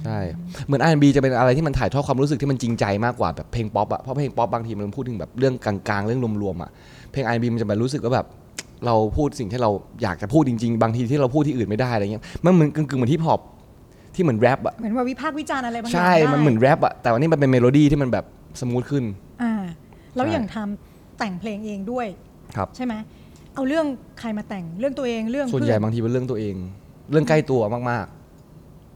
Speaker 2: ใช่เหมือน R&B จะเป็นอะไรที่มันถ่ายทอดความรู้สึกที่มันจริงใจมากกว่าแบบเพลงป๊อปอะเพราะเพลงป๊อปบางทีมันพูดถึงแบบเรื่องกลางๆเรื่องรวมๆอะเพลง R&B มันจะแบบรู้สึกว่าแบบ เราพูดสิ่งที่เราอยากจะพูดจริง ๆ บางทีที่เราพูดที่อื่นไม่ได้อะไรเงี้ยมันเหมือนกึ่งๆเหมือนที่พอปที่เหมือนแรปอะ
Speaker 3: เหมือนว่าวิพากษ์วิจารณ์อะไรบางอย่าง
Speaker 2: ใช่
Speaker 3: ได้
Speaker 2: มันเหมือนแรปอะแต่วันนี้มันเป็นเมโลดี้ที่มันแบบสมูทขึ้น
Speaker 3: อ่าแล้วอย่างทำแต่งเพลงเองด้วย
Speaker 2: ครับ
Speaker 3: ใช่ไหม เอาเรื่องใครมาแต่งเรื่องตัวเองเรื่อง
Speaker 2: ส่วนให
Speaker 3: เพื่
Speaker 2: ญ่
Speaker 3: อน
Speaker 2: บางทีเป็นเรื่องตัวเอง เรื่องใกล้ตัวมาก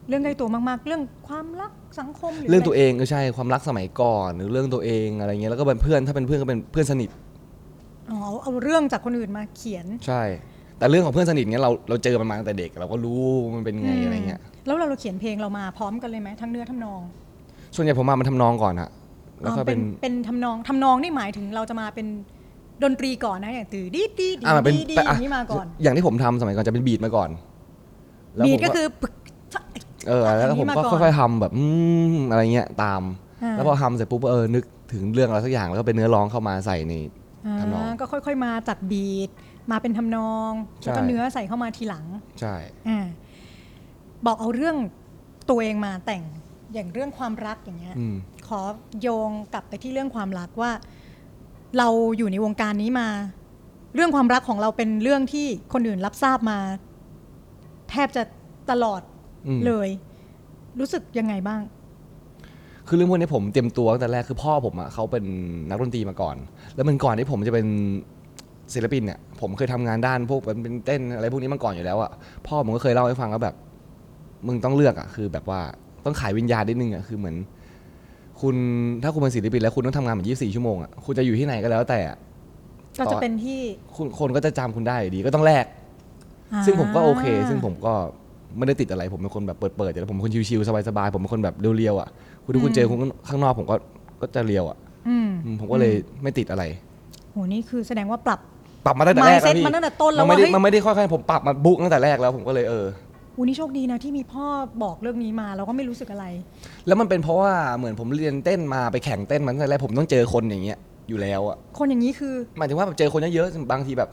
Speaker 3: เรื่องใกล้ตัวมากๆ เรื่องความรักสังคมห
Speaker 2: ๆ เรื่องตัว
Speaker 3: ะไ
Speaker 2: เองก็ใช่ความรักสมัยก่อน หรือเรื่องตัวเองอะไรเงี้ยแล้วก็เป็นเพื่อนถ้าเป็นเพื่อนก็เป็นเพื่อนสนิท
Speaker 3: อ๋อเอาเรื่องจากคนอื่นมาเขียน
Speaker 2: ใช่ แต่เรื่องของเพื่อนสนิทเนี้ยเราเราเจอมันมาตั้งแต่เด็ก เราก็รู้มันเป็นไง
Speaker 3: ม
Speaker 2: อะไรเงี้ย
Speaker 3: แล้วเราเราเขียนเพลงเรามาพร้อมกันเลยไหมทั้งเนื้อทำนอง
Speaker 2: ส่วนใหญ่ผมมามันทำนองก่อนฮะแล้วก็
Speaker 3: อ๋อ
Speaker 2: เป็น
Speaker 3: เป็นทำนองทำนองนี่หมายถึงเราจะมาเป็นดนตรีก่อนนะอย่างตื่ดีดดีด
Speaker 2: อ่ามันเป็น
Speaker 3: ดีดี
Speaker 2: แต่
Speaker 3: อ
Speaker 2: อ่ะ
Speaker 3: ย่างนี้มาก่อน
Speaker 2: อย่างที่ผมทำสมัยก่อนจะเป็นบีดมาก่อนแล้ว
Speaker 3: บี
Speaker 2: ผ
Speaker 3: ด
Speaker 2: ม
Speaker 3: ก็คือปึ๊ก
Speaker 2: เออแล้วผมก็
Speaker 3: อันนี้มาก่อน
Speaker 2: ค่อยๆทำแบบอืมอะไรเงี้ยตาม
Speaker 3: อ่า
Speaker 2: แล้วพอทำเสร็จปุ๊บเออนึกถึงเรื่องอะไรสักอย่างแล้วก็เป็นเนื้อร้องเข้ามาใส่ใน ทำนอง
Speaker 3: อ่าก็ค่อย ๆ มาจากบีดมาเป็นทำนองแล้วก็
Speaker 2: ใช่
Speaker 3: เนื้อใส่เข้ามาทีหลัง
Speaker 2: ใช่
Speaker 3: อาบอกเอาเรื่องตัวเองมาแต่งอย่างเรื่องความรักอย่างเงี้ย
Speaker 2: อืม
Speaker 3: ขอโยงกลับไปที่เรื่องความรักว่า เราอยู่ในวงการนี้มา เรื่องความรักของเราเป็นเรื่องที่คนอื่นรับทราบมา แทบจะตลอด
Speaker 2: อืม
Speaker 3: เลย รู้สึกยังไงบ้าง
Speaker 2: คือเรื่องพวกนี้ผมเตรียมตัวตั้งแต่แรกคือพ่อผมอะเขาเป็นนักดนตรีมาก่อน แล้วมันก่อนที่ผมจะเป็นศิลปินเนี่ยผมเคยทำงานด้านพวกเป็นเต้นอะไรพวกนี้มาก่อนอยู่แล้วอะพ่อผมก็เคยเล่าให้ฟังว่าแบบ มึงต้องเลือกอะคือแบบว่าต้องขายวิญญาณนิดนึงอะคือเหมือน คุณถ้าคุณเป็นศิลปินแล้วคุณต้องทำงานแบบ24 ชั่วโมงอะคุณจะอยู่ที่ไหนก็แล้วแต่อะ
Speaker 3: ก็จะเป็นที่
Speaker 2: คุณคนก็จะจำคุณได้อยู่ดีก็ต้องแลก ซึ่งผมก็โอเค ซึ่งผมก็ไม่ได้ติดอะไร ผมเป็นคนแบบเปิดๆแต่ผมเป็นคนชิวๆสบายๆ ผมเป็นคนแบบเรียวๆอ่ะ คุณถ้าคุณเจอคุณข้างนอกผมก็ก็จะเรียวอ่ะ
Speaker 3: อืม
Speaker 2: อืมผมก็เลยไม่ติดอะไร
Speaker 3: โหนี่คือแสดงว่าปรับ
Speaker 2: ปรับมาตั้งแต่แรกแล้ว
Speaker 3: Mindset
Speaker 2: พี่
Speaker 3: มาตั้งแต่ต้นแล้ว
Speaker 2: มัไม่
Speaker 3: ว่าเฮ้
Speaker 2: ได้
Speaker 3: ย
Speaker 2: มันไม่ได้ค่อยๆ ผมปรับมาบุกตั้งแต่แรกแล้วผมก็เลยเออ
Speaker 3: อูนี่โชคดีนะที่มีพ่อบอกเรื่องนี้มาเราก็ไม่รู้สึกอะไร
Speaker 2: แล้วมันเป็นเพราะว่าเหมือนผมเรียนเต้นมาไปแข่งเต้นมาตั้งแต่แรกผมต้องเจอคนอย่างเงี้ยอยู่แล้วอ่ะ
Speaker 3: คนอย่างนี้คือ
Speaker 2: หมายถึงว่าแบบเจอคนเยอะๆบางทีแบบ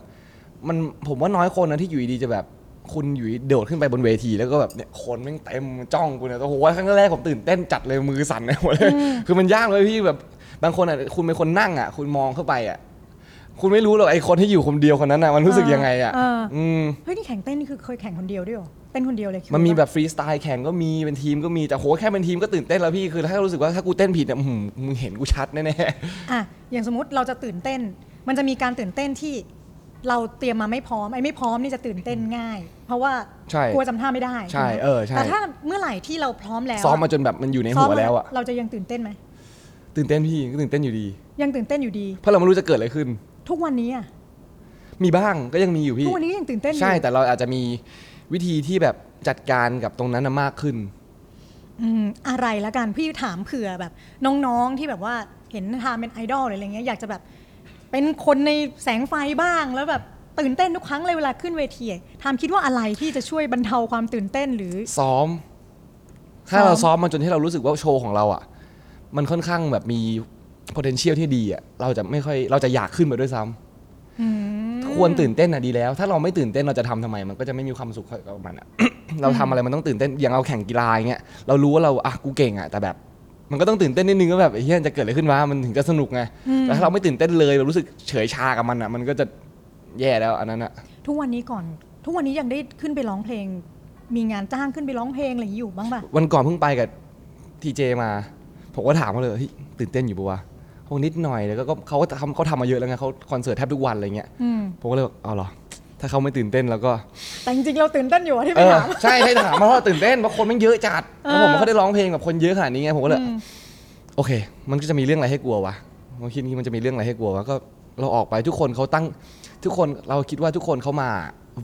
Speaker 2: มันผมว่าน้อยคนนะที่อยู่ดีๆจะแบบ คุณอยู่ดีๆโดดขึ้นไปบนเวที แล้วก็แบบเนี่ยคนแม่งเต็มจ้องคุณเนี่ยโอ้โหครั้งแรกผมตื่นเต้นจัดเลยมือสั่นไปหมดเลย [laughs] คือมันยากเลยพี่แบบบางคนอ่ะคุณเป็นคนนั่งอ่ะ คุณมองเข้าไปอ่ะ คุณไม่รู้หรอกไอ้คนที่อยู่คนเดียวคนนั้นอ่ะมันรู้สึกยังไงอ่ะ
Speaker 3: เออ
Speaker 2: อืม
Speaker 3: เฮ้ยนี่แข่งเต้นนี่คือเคยแข่งคนเดียวด้วยเหรอเต้นคนเดียวเลยคือ
Speaker 2: มันมี
Speaker 3: ว่า
Speaker 2: แบบฟรีสไตล์แข่งก็มีเป็นทีมก็มีแต่โหแค่เป็นทีมก็ตื่นเต้นแล้วพี่คือถ้ารู้สึกว่าถ้ากูเต้นผิดเนี่ยอื้อหือมึงเห็นกูชัดแน่
Speaker 3: อ่ะอย่างสมมติเราจะตื่นเต้น มันจะมีการตื่นเต้นที่ เราเตรียมมาไม่พร้อมไอ้ไม่พร้อมนี่จะตื่นเต้นง่าย เพราะว่า
Speaker 2: ใช่
Speaker 3: กลัวจำท่าไม่ได้
Speaker 2: ใช่
Speaker 3: ถูกไหม
Speaker 2: เออใช่
Speaker 3: แต่ถ้าเมื่อไหร่ที่เราพร้อมแล้ว
Speaker 2: ซ้อมมาจนแบบมันอยู่ใน
Speaker 3: ซ้
Speaker 2: หั
Speaker 3: ม
Speaker 2: วแล้วอะ
Speaker 3: เราจะยังตื่นเต้นไหม
Speaker 2: ตื่นเต้นพี่ก็ตื่นเต้นอยู่ดี
Speaker 3: ยังตื่นเต้นอยู่ดี
Speaker 2: เพราะเราไม่รู้จะเกิดอะไรขึ้น
Speaker 3: ทุกวันนี้อะ
Speaker 2: มีบ้างก็ยังมีอยู่
Speaker 3: ทุ
Speaker 2: พี่
Speaker 3: กวันนี้ก็ยังตื่นเต้นอยู่
Speaker 2: ใช่แต่เราอาจจะมีวิธีที่แบบจัดการกับตรงนั้นนะมากขึ้น
Speaker 3: อืมอะไรละกันพี่ถามเผื่อแบบ น้องๆที่แบบว่าเห็นทามเป็นไอดอลหรืออะไรเงี้ยอยากจะแบบ เป็นคนในแสงไฟบ้างแล้วแบบตื่นเต้นทุกครั้งเลยเวลาขึ้นเวทีอะทามคิดว่าอะไรที่จะช่วยบรรเทาความตื่นเต้นหรือ
Speaker 2: ซ้อม ถ้าเราซ้อมมาจนที่เรารู้สึกว่าโชว์ของเราอ่ะ มันค่อนข้างแบบมี potential ที่ดีอ่ะเราจะไม่ค่อยเราจะอยากขึ้นไปด้วยซ้ำควรตื่นเต้นอ่ะดีแล้ว ถ้าเราไม่ตื่นเต้นเราจะทำทำไมมันก็จะไม่มีความสุขกับมันอ่ะ [coughs] เราทำอะไรมันต้องตื่นเต้นอย่างเราแข่งกีฬาอย่างเงี้ยเรารู้ว่าเราอ่ะกูเก่งอ่ะแต่แบบ มันก็ต้องตื่นเต้นนิดนึงก็แบบไอ้เฮียจะเกิดอะไรขึ้นวะมันถึงจะสนุกไงแต่ถ้าเราไม่ตื่นเต้นเลยเรารู้สึกเฉยชากับมันอ่ะ มันก็จะแย่แล้วอันนั้นอ่ะ
Speaker 3: ทุกวันนี้ก่อน ทุกวันนี้ยังได้ขึ้นไปร้องเพลง มีงานจ้างขึ้นไปร้องเพลงอะไรอย่างนี้อยู่บ้างปะ
Speaker 2: วันก่อนเพิ่งไปกับทีเจมา ผมก็ถามเขาเลยเฮ้ยตื่นเต้นอยู่ปะวะคงนิดหน่อยแล้วก็ก็เขาก็ทำเขาทำมาเยอะแล้วไงเขาคอนเสิร์ตแทบทุกวันอะไรเงี้ย
Speaker 3: อืม
Speaker 2: ผมก็เลยบอกเอาเหรอ ถ้าเขาไม่ตื่นเต้นแล้วก็
Speaker 3: แต่จริงๆเราตื่นเต้นอยู่อะที่
Speaker 2: เอ
Speaker 3: ไป
Speaker 2: อ
Speaker 3: ถาม
Speaker 2: ใช่ใช่ถามมาเพราะว่าตื่นเต้นเพราะคนมันเยอะจัด
Speaker 3: เออ
Speaker 2: แล้วผมก็ได้ร้องเพลงกับคนเยอะขนาดนี้ไงผมก็เลย
Speaker 3: อืม
Speaker 2: โอเค มันก็จะมีเรื่องอะไรให้กลัววะผมคิดนี้มันจะมีเรื่องอะไรให้กลัววะก็เราออกไปทุกคนเขาตั้งทุกคนเราคิดว่าทุกคนเขามา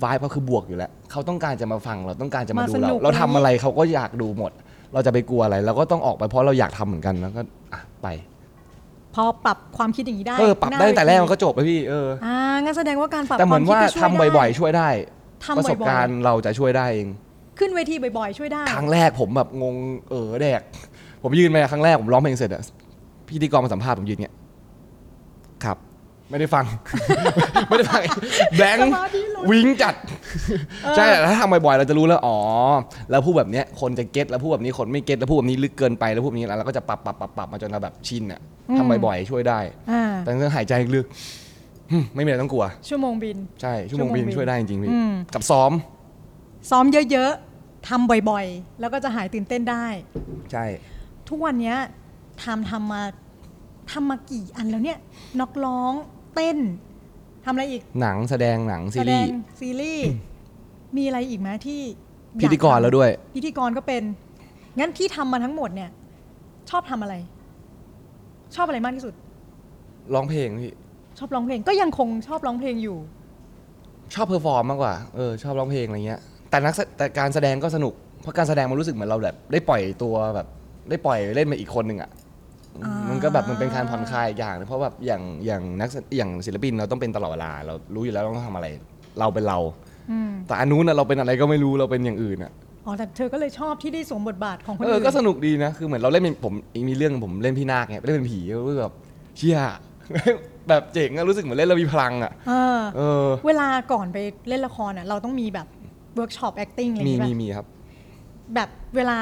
Speaker 2: วายเขาคือบวกอยู่แล้วเขาต้องการจะมาฟังเราต้องการจะมาดูเราเราทำอะไรเขาก็อยากดูหมด เราจะไปกลัวอะไรเราก็ต้องออกไปเพราะเราอยากทำเหมือนกันแล้วก็อ่ะไป
Speaker 3: พอปรับความคิดอย่างนี้ได้
Speaker 2: เออปรับได้ตั้งแต่แรกมันก็จบไปพี่เออ
Speaker 3: อ่างั้นแสดงว่าการปรับ
Speaker 2: แต่เหมือน
Speaker 3: ค
Speaker 2: ว่า
Speaker 3: คิดก็ช่
Speaker 2: ทำ
Speaker 3: ยได้
Speaker 2: บ่อยๆ ช่วยได้
Speaker 3: ทำบ่อยๆ
Speaker 2: ประสบการณ์เราจะช่วยได้เอง
Speaker 3: ขึ้นเวทีบ่อยๆช่วยได้
Speaker 2: ครั้งแรกผมแบบงงเออแดก ผมยืนไปครั้งแรกผมร้องเพลงเสร็จอะพิธีกรมาสัมภาษณ์ผมยืนเงี้ยครับ ไม่ได้ฟัง [laughs] ไม่ได้ฟังแบง
Speaker 3: ส
Speaker 2: ค์
Speaker 3: มาธิหลุด
Speaker 2: วิ่งจัด ใช่แต่ถ้าทำบ่อยๆเราจะรู้แล้วอ๋อแล้วพูดแบบเนี้ยคนจะเก็ตแล้วพูดแบบนี้คนไม่เก็ตแล้วพูดแบบนี้ลึกเกินไปแล้วพูดแบบนี้แล้วเราก็จะปรับปรับปรับปรับมาจนเราแบบชินอะทำบ่อยๆช่วยได้
Speaker 3: อ่า
Speaker 2: แต่เรื่องหายใจลึกหึ่มไม่มีอะไรต้องกลัว
Speaker 3: ชั่วโมงบิน
Speaker 2: ใช่ชั่วโมงบิน
Speaker 3: ชั่วโมงบิน
Speaker 2: ช่วยได้จริงๆพี่
Speaker 3: อืม
Speaker 2: กับซ้อม
Speaker 3: ซ้อมเยอะๆทำบ่อยๆ แล้วก็จะหายตื่นเต้นได้
Speaker 2: ใช่
Speaker 3: ทุกวันเนี้ยทำทำมาทำมากี่อันแล้วเนี่ยนักร้องเต้นทำอะไรอีก
Speaker 2: หนังแสดงหนัง
Speaker 3: แส
Speaker 2: ซี
Speaker 3: ด
Speaker 2: รี
Speaker 3: ง
Speaker 2: ส์
Speaker 3: ซีรีส์ มีอะไรอีกไหมที่
Speaker 2: พิธีกร
Speaker 3: อยาทำ
Speaker 2: แล้วด้วย
Speaker 3: พิธีกรก็เป็น งั้นที่ทำมาทั้งหมดเนี่ย ชอบทำอะไร ชอบอะไรมากที่สุด
Speaker 2: ร้องเพลงพี่
Speaker 3: ชอบร้องเพลงก็ยังคงชอบร้องเพลงอยู่
Speaker 2: ชอบเพอร์ฟอร์มมากกว่าเออชอบร้องเพลงอะไรเงี้ยแต่นักแสแต่การแสดงก็สนุกเพราะการแสดงมันรู้สึกเหมือนเราแบบได้ปล่อยตัวแบบได้ปล่อยเล่นมาอีกคนหนึ่งอ่ะ
Speaker 3: อ่ามั
Speaker 2: มันก็แบบมันเป็นการผ่อนคลายอีกอย่างหนึงเพราะแบบอย่างอย่างนักแสอย่างศิลปินเราต้องเป็นตลอดเวลาเรารู้อยู่แล้วเราต้องทำอะไร เราเป็นเรา
Speaker 3: อืม
Speaker 2: แต่อันนู้นน่ะเราเป็นอะไรก็ไม่รู้เราเป็นอย่างอื่นอ่ะ
Speaker 3: อ๋อแต่เธอก็เลยชอบที่ได้สวมบทบาทของคน
Speaker 2: เออ
Speaker 3: อื่น
Speaker 2: ก็สนุกดีนะ คือเหมือนเราเล่นเป็นผมอีกมีเรื่องผมเล่นพี่นาคไงเล่นเป็นผีก็รู้สึกแบบเชี่ย [laughs] แบบเจ๋งอะรู้สึกเหมือนเล่นแล้วมีพลังอะ
Speaker 3: เออ
Speaker 2: เออ
Speaker 3: เวลาก่อนไปเล่นละครอ่ะเราต้องมีแบบเวิร์กช็อปแอคติ้งอะไรอย่าง
Speaker 2: มี
Speaker 3: งี้
Speaker 2: มี
Speaker 3: ป่ะ
Speaker 2: มีครับ
Speaker 3: แบบเวลา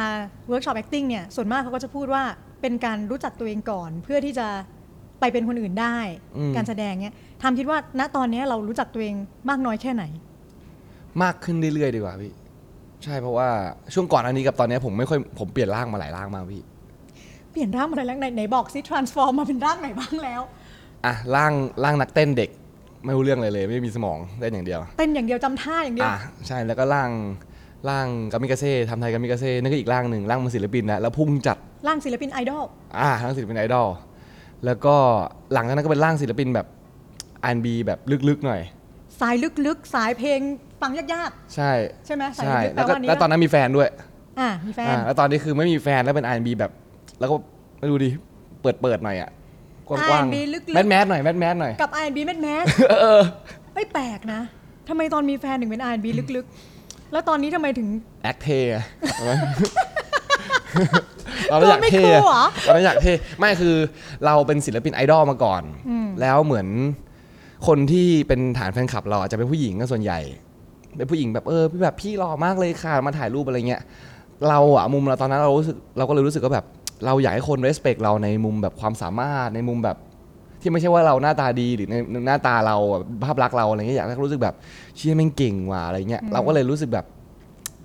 Speaker 3: เวิร์กช็อปแอคติ้งเนี่ยส่วนมากเขาก็จะพูดว่าเป็นการรู้จักตัวเองก่อน เพื่อที่จะไปเป็นคนอื่นได้
Speaker 2: อืม
Speaker 3: การแสดงเนี่ยทำคิดว่าณตอนเนี้ยเรารู้จักตัวเองมากน้อยแค่ไหน
Speaker 2: มากขึ้นเรื่อยๆดีกว่าพี่ ใช่เพราะว่าช่วงก่อนอันนี้กับตอนเนี้ยผมไม่ค่อยผมเปลี่ยนร่างมาหลายร่างมากพี่
Speaker 3: เปลี่ยนร่างอะไรแล้วไหนไหนบอกซิ transform มาเป็นร่างไหนบ้างแล้ว
Speaker 2: อ่ะร่างร่างนักเต้นเด็ก ไม่รู้เรื่องเลยเลย ไม่มีสมองเต้นอย่างเดียว
Speaker 3: เต้นอย่างเดียวจำท่าอย่างเดียว
Speaker 2: อ่ะใช่แล้วก็ร่างร่างกามิกาเซ่ทำไทยกามิกาเซ่นั่นก็อีกร่างหนึ่งร่างมันศิลปินนะแล้วพุ่งจัด
Speaker 3: ร่างศิลปินไอดอล
Speaker 2: อ่าทั้งศิลปินไอดอล แล้วก็หลังจากนั้นก็เป็นร่างศิลปินแบบอันบีแบบลึกๆหน่อย
Speaker 3: สายลึกๆ สายเพลงฟังยาก
Speaker 2: ใช่
Speaker 3: ๆ ใช่ไหมสาย
Speaker 2: ใช่
Speaker 3: ลึกๆแปล
Speaker 2: แล้วก็
Speaker 3: ว่าอันนี้
Speaker 2: แล้วตอนนั้นมีแฟนด้วย
Speaker 3: อ่ะมีแฟน
Speaker 2: อ่าแล้วตอนนี้คือไม่มีแฟนแล้วเป็นอันบีแบบ แล้วก็ไม่ดูดิเปิดเปิดๆหน่อยอ่ะกว้าง
Speaker 3: R&B ลึกๆ
Speaker 2: แมสแมสหน่อยแมสแมสหน่อย
Speaker 3: กับ R&B แมทแมส
Speaker 2: เออ
Speaker 3: เอ้ยแปลกนะทำไมตอนมีแฟนถึงเป็น R&B ลึกๆ แล้วตอนนี้ทำไมถึง
Speaker 2: แอคเท
Speaker 3: [laughs]
Speaker 2: อะเราไม่อยากเท
Speaker 3: ตัว
Speaker 2: อะ
Speaker 3: ไม่คู่เหรอ
Speaker 2: เราไม่อยากเทไม่คือเราเป็นศิลปินไอดอลมาก่อน แล้วเหมือนคนที่เป็นฐานแฟนคลับเราอาจจะเป็นผู้หญิงก็ส่วนใหญ่ เป็นผู้หญิงแบบเออพี่แบบพี่หล่อมากเลยค่ะมาถ่ายรูปอะไรเงี้ยเราอะมุมเราตอนนั้นเรารู้สึกเราก็เลยรู้สึกว่าแบบ เราอยากให้คน respect เราในมุมแบบความสามารถในมุมแบบ ที่ไม่ใช่ว่าเราหน้าตาดีหรือในหน้าตาเราอะภาพลักษณ์เราอะไรเงี้ยอยากให้เขารู้สึกแบบเชี่ยแม่งเก่งว่ะอะไรเงี้ยเราก็เลยรู้สึกแบบ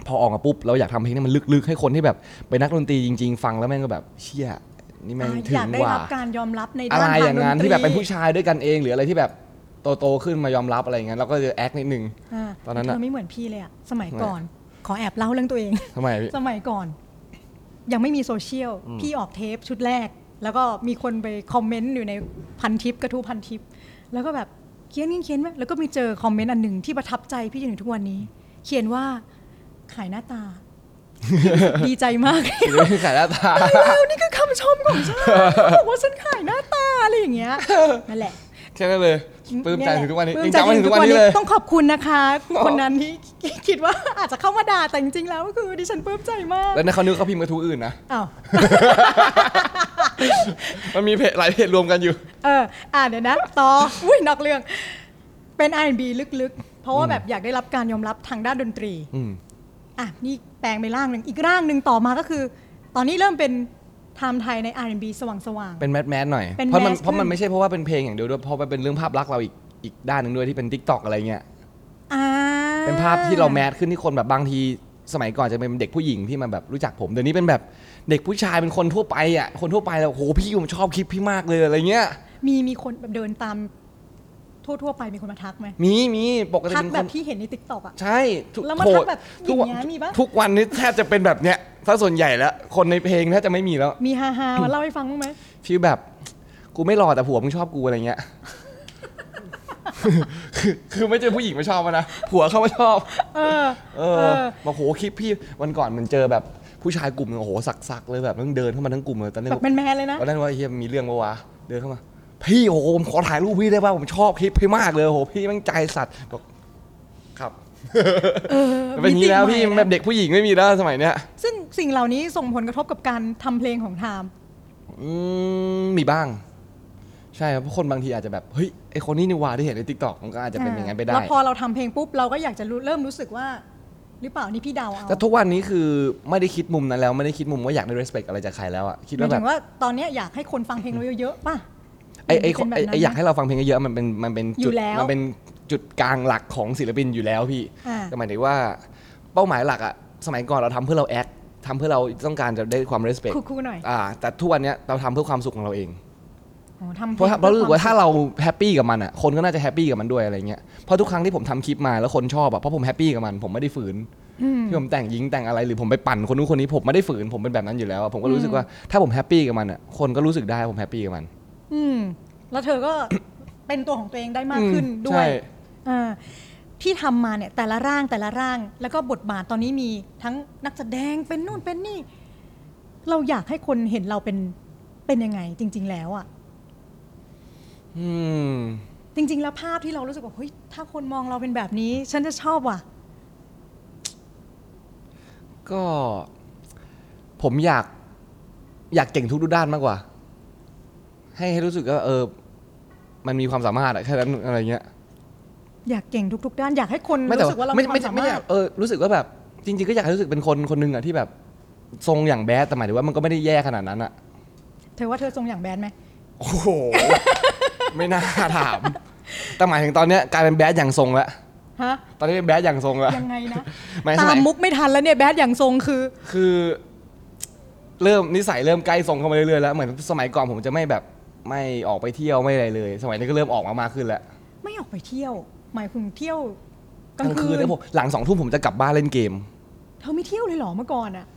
Speaker 2: พอออกมาปุ๊บเราอยากทำเพลงที่มันลึกๆ ให้คนที่แบบเป็นนักดนตรีจริง ๆ ฟังแล้วแม่งก็แบบเชี่ยนี่แม่ง
Speaker 3: อ่า
Speaker 2: ถึ
Speaker 3: อง ยากได้
Speaker 2: ว่ะ
Speaker 3: รับการยอมรับใน
Speaker 2: อะ
Speaker 3: ด้าน
Speaker 2: ไร
Speaker 3: ทางดนตรี
Speaker 2: อย่างนั้นที่แบบเป็นผู้ชายด้วยกันเองหรืออะไรที่แบบ โตโตๆขึ้นมายอมรับอะไรอย่างเงี้ยเราก็จะแอคนิดนึง
Speaker 3: า
Speaker 2: ตอนนั้น
Speaker 3: เธ
Speaker 2: อะ
Speaker 3: อไม่เหมือนพี่เลยอะสมัยก่อน ขอแอบเล่าเรื่องตัวเอง
Speaker 2: ทำไม
Speaker 3: [laughs]
Speaker 2: พี่
Speaker 3: สมัยก่อน ยังไม่มีโซเชียล พี่ออกเทปชุดแรก แล้วก็มีคนไปคอมเมนต์อยู่ในพันทิปกระทู้พันทิป แล้วก็แบบเขียนเขียนเขียนไว้แล้วก็มีเจอคอมเมนต์อันหนึ่งที่ประทับใจพี่จนถึงทุกวันนี้ เขียนว่าขายหน้าตา ดีใจมาก
Speaker 2: [laughs] ขายหน้าตา
Speaker 3: แล้วนี่คือคำชมของฉันบอกว่าฉันขายหน้าตาอะไรอย่างเงี้ยนั่นแหละ
Speaker 2: แค่นั้นเลยปลื้มใจ
Speaker 3: แหละ
Speaker 2: ถึงทุกวันนี้
Speaker 3: ปลื้
Speaker 2: ยัง
Speaker 3: มใจ
Speaker 2: จำมา
Speaker 3: ถึ
Speaker 2: ถึ
Speaker 3: ง
Speaker 2: ง
Speaker 3: ทุ
Speaker 2: ทุ
Speaker 3: ก
Speaker 2: ก
Speaker 3: วั
Speaker 2: วัน นนี้
Speaker 3: นี้
Speaker 2: เลย
Speaker 3: ต้องขอบคุณนะคะ
Speaker 2: [laughs] อ๋อ
Speaker 3: คนนั้นที่ [laughs] คิดว่าอาจจะเข้ามาด่าแต่จริงๆแล้วก็คือดิฉันปลื้มใจมาก
Speaker 2: แล้วในเขานึกเขาพิมพ์กระทู้อื่นนะ
Speaker 3: อ้าว
Speaker 2: มันมีเพจหลายเพจรวมกันอยู่
Speaker 3: เอออ่าเดี๋ยวนะ ต่อ [laughs] อุ้ยนอกเรื่อง เป็น R&B ลึกๆ เพราะว่าแบบอยากได้รับการยอมรับทางด้านดนตรี
Speaker 2: อืม
Speaker 3: อ่ะ นี่แปลงไปร่างหนึ่งอีกร่างหนึ่งต่อมาก็คือ ตอนนี้เริ่มเป็นไทม์ไทยใน R&B สว่าง
Speaker 2: เป็นแมสแมสหน่อย
Speaker 3: เป็น
Speaker 2: เพราะมัน
Speaker 3: แมสขึ้น
Speaker 2: เพราะมันไม่ใช่เพราะว่าเป็นเพลงอย่างเดียวด้วย เพราะมันเป็นเรื่องภาพลักษณ์เราอีกอีกด้านหนึ่งด้วยที่เป็นทิกตอกอะไรเงี้ย
Speaker 3: ๆอ่า
Speaker 2: เป็นภาพที่เราแมสขึ้นที่คนแบบบางทีสมัยก่อนจะเป็นเด็กผู้หญิงที่มันแบบรู้จักผมเดี๋ยวนี้เป็นแบบเด็กผู้ชายเป็นคนทั่วไปอ่ะ คนทั่วไปแล้วโหพี่ผมชอบคลิปพี่มากเลยอะไรเงี้ย
Speaker 3: มีมีคนแบบเดินตามทั่วๆไปมีคนมาทักไหม
Speaker 2: มีมีปกติ
Speaker 3: ทัก
Speaker 2: เป็น
Speaker 3: แบ
Speaker 2: ค
Speaker 3: บ
Speaker 2: น
Speaker 3: ที่เห็นในติ๊กต็อกอะ
Speaker 2: ใช่ทุก
Speaker 3: แล้วมา
Speaker 2: โห
Speaker 3: ทักแบบ
Speaker 2: ทุกวัน
Speaker 3: อย่างเงี้ยมีปะ
Speaker 2: ทุกวันนี้แทบจะเป็นแบบเนี้ยถ้าส่วนใหญ่แล้วคนในเพลงแทบจะไม่มีแล้ว
Speaker 3: มีฮาฮามาเล่าให้ฟังบ้างไหม
Speaker 2: ฟีลแบบกูไม่หล่อแต่ผัวมึงชอบกูอะไรเงี้ย [laughs] คือคือไม่ใช่ผู้หญิงมาชอบอะนะผัวเขามาชอบ
Speaker 3: เออ
Speaker 2: เอ
Speaker 3: เอ
Speaker 2: อ
Speaker 3: อ
Speaker 2: มาโหคลิปพี่วันก่อนมันเจอแบบผู้ชายกลุ่มหนึงโอ้โหสักๆเลยแบบต้องเดินเข้ามาทั้งกลุ่มเลยตอนนั้น
Speaker 3: แบบแมนๆเลยนะ
Speaker 2: ตอนนั้นว่าไอ้เฮียมีเรื่องปะวะเดินเข้ามา พี่โอ้โหผมขอถ่ายรูปพี่ได้ป่ะผมชอบคลิปพี่มากเลยโอ้โหพี่แม่งใจสัตว์บอกครับ
Speaker 3: เออ
Speaker 2: มัน [laughs] เป็นอย่างนี้แล้วพี่
Speaker 3: มิติให
Speaker 2: แบ
Speaker 3: ม่นะ
Speaker 2: บเด็กผู้หญิงไม่มีแล้วสมัยเนี้ย
Speaker 3: ซึ่งสิ่งเหล่านี้ส่งผลกระทบกับการทำเพลงของไทม์
Speaker 2: อืมมีบ้าง ใช่ครับเพราะคนบางทีอาจจะแบบเฮ้ยไอคนนี้นี่หว่าที่เห็นในทิกตอกมันก็อาจจะเป็นอย่างนั้นไปได้
Speaker 3: แล้วพอเราทำเพลงปุ๊บ เราก็อยากจะรู้เริ่มรู้สึกว่า หรือเปล่านี่พี่เดาเอา
Speaker 2: แต่ทุกวันนี้คือไม่ได้คิดมุมนั้นแล้วไม่ได้คิดมุมว่าอยากได้ respect อะไรจากใครแล้วอะคิด
Speaker 3: หมา
Speaker 2: ว่าย แบ
Speaker 3: ถึ
Speaker 2: บ
Speaker 3: งว่าตอนเนี้ยอยากให้คนฟังเพลงเราเยอะๆป่ะ
Speaker 2: ไอไอ
Speaker 3: เป็นแบบ
Speaker 2: ไอ้
Speaker 3: นั้น
Speaker 2: ไออยาก
Speaker 3: ไหม
Speaker 2: ให้เราฟังเพลงเยอะๆมันเป็นมันเป็น
Speaker 3: อยู่
Speaker 2: จุด
Speaker 3: แล้ว
Speaker 2: มันเป็นจุดกลางหลักของศิลปินอยู่แล้วพี่
Speaker 3: อ่า
Speaker 2: แต่หมายถึงว่าเป้าหมายหลักอะสมัยก่อนเราทำเพื่อเราแอคทำเพื่อเราต้องการจะได้ความ respect
Speaker 3: คู่ๆหน่อย
Speaker 2: อ่าแต่ทุกวันเนี้ยเราทำเพื่อความสุขของเราเอง
Speaker 3: โอ้ทำพลง
Speaker 2: เพราะเรารู้สึกว่า
Speaker 3: พื่อคม
Speaker 2: ถ้าเราแฮปปี้กับมันอะคนก็น่าจะแฮปปี้กับมันด้วยอะไรเงี้ยเพราะทุกครั้งที่ผมทำคลิปมาแล้วคนชอบอะเพราะผมแฮปปี้กับมันผมไม่ได้ฝืน
Speaker 3: อืม
Speaker 2: ที่ผมแต่งยิงแต่งอะไรหรือผมไปปั่นคนนู้นคนนี้ผมไม่ได้ฝืนผมเป็นแบบนั้นอยู่แล้วอะผมก็รู้สึกว่าถ้าผมแฮปปี้กับมันอ่ะคนก็รู้สึกได้ว่าผมแฮปปี้กับมัน
Speaker 3: อืม แล้วเธอก็
Speaker 2: [coughs]
Speaker 3: เป็นตัวของตัวเองได้มาก
Speaker 2: อื
Speaker 3: ขึ้นด้ว
Speaker 2: ใช่
Speaker 3: ย อ่าที่ทำมาเนี่ยแต่ละร่างแต่ละร่างแล้วก็บทบาทตอนนี้มีทั้งนักแสดงเป็นนู่นเป็นนี่ เราอยากให้คนเห็นเราเป็นเป็นยังไงจริง ๆ แล้วอะ่ะ
Speaker 2: อืม
Speaker 3: จริง ๆ แล้วภาพที่เรารู้สึกว่าเฮ้ยถ้าคนมองเราเป็นแบบนี้ ฉันจะชอบว่ะ
Speaker 2: ก็ ผมอยากอยากเก่งทุกด้านมากกว่า ให้ให้รู้สึกว่าเออ มันมีความสามารถอะแค่นั้นอะไรเงี้ย
Speaker 3: อยากเก่งทุก ๆ ด้าน อยากให้คน
Speaker 2: ไม่แต่
Speaker 3: รู้สึกว่าเรา
Speaker 2: ไม่
Speaker 3: มีควา
Speaker 2: ไม่
Speaker 3: มสา
Speaker 2: ไม่
Speaker 3: มา
Speaker 2: อ
Speaker 3: ร
Speaker 2: ยา
Speaker 3: ถ
Speaker 2: กเออรู้สึกว่าแบบจริง ๆ ก็อยากให้รู้สึกเป็นคนคนหนึ่งอะที่แบบ ทรงอย่างแบดแต่หมายถึงว่ามันก็ไม่ได้แย่ขนาดนั้นอะ
Speaker 3: เธอว่าเธอทรงอย่างแบดไหม
Speaker 2: โอ้โห [laughs] ไม่น่าถาม แต่หมายถึงตอนเนี้ยกลายเป็นแบดอย่างทรงแล้ว [laughs]
Speaker 3: ฮะ
Speaker 2: ตอนนี้เป็นแบดอย่างทรงแล้ว
Speaker 3: ยังไงนะ
Speaker 2: หมาย
Speaker 3: ตา
Speaker 2: สมั
Speaker 3: ม
Speaker 2: ย
Speaker 3: มุกไม่ทันแล้วเนี่ยแบดอย่างทรงคือ
Speaker 2: คือ เริ่มนิสัยเริ่มใกล้ทรงเข้ามาเรื่อยๆแล้วเหมือนสมัยก่อนผมจะไม่แบบไม่ออกไปเที่ยวไม่อะไรเลย สมัยนี้ก็เริ่มออกมามากขึ้นแล้ว
Speaker 3: ไม่ออกไปเที่ยว หมายถึงเที่ยวกลางคืน
Speaker 2: แล้วผมหลังสองทุ่มผมจะกลับบ้านเล่นเกม
Speaker 3: เธอไม่เที่ยวเลยเหรอเมื่อก่อนอะ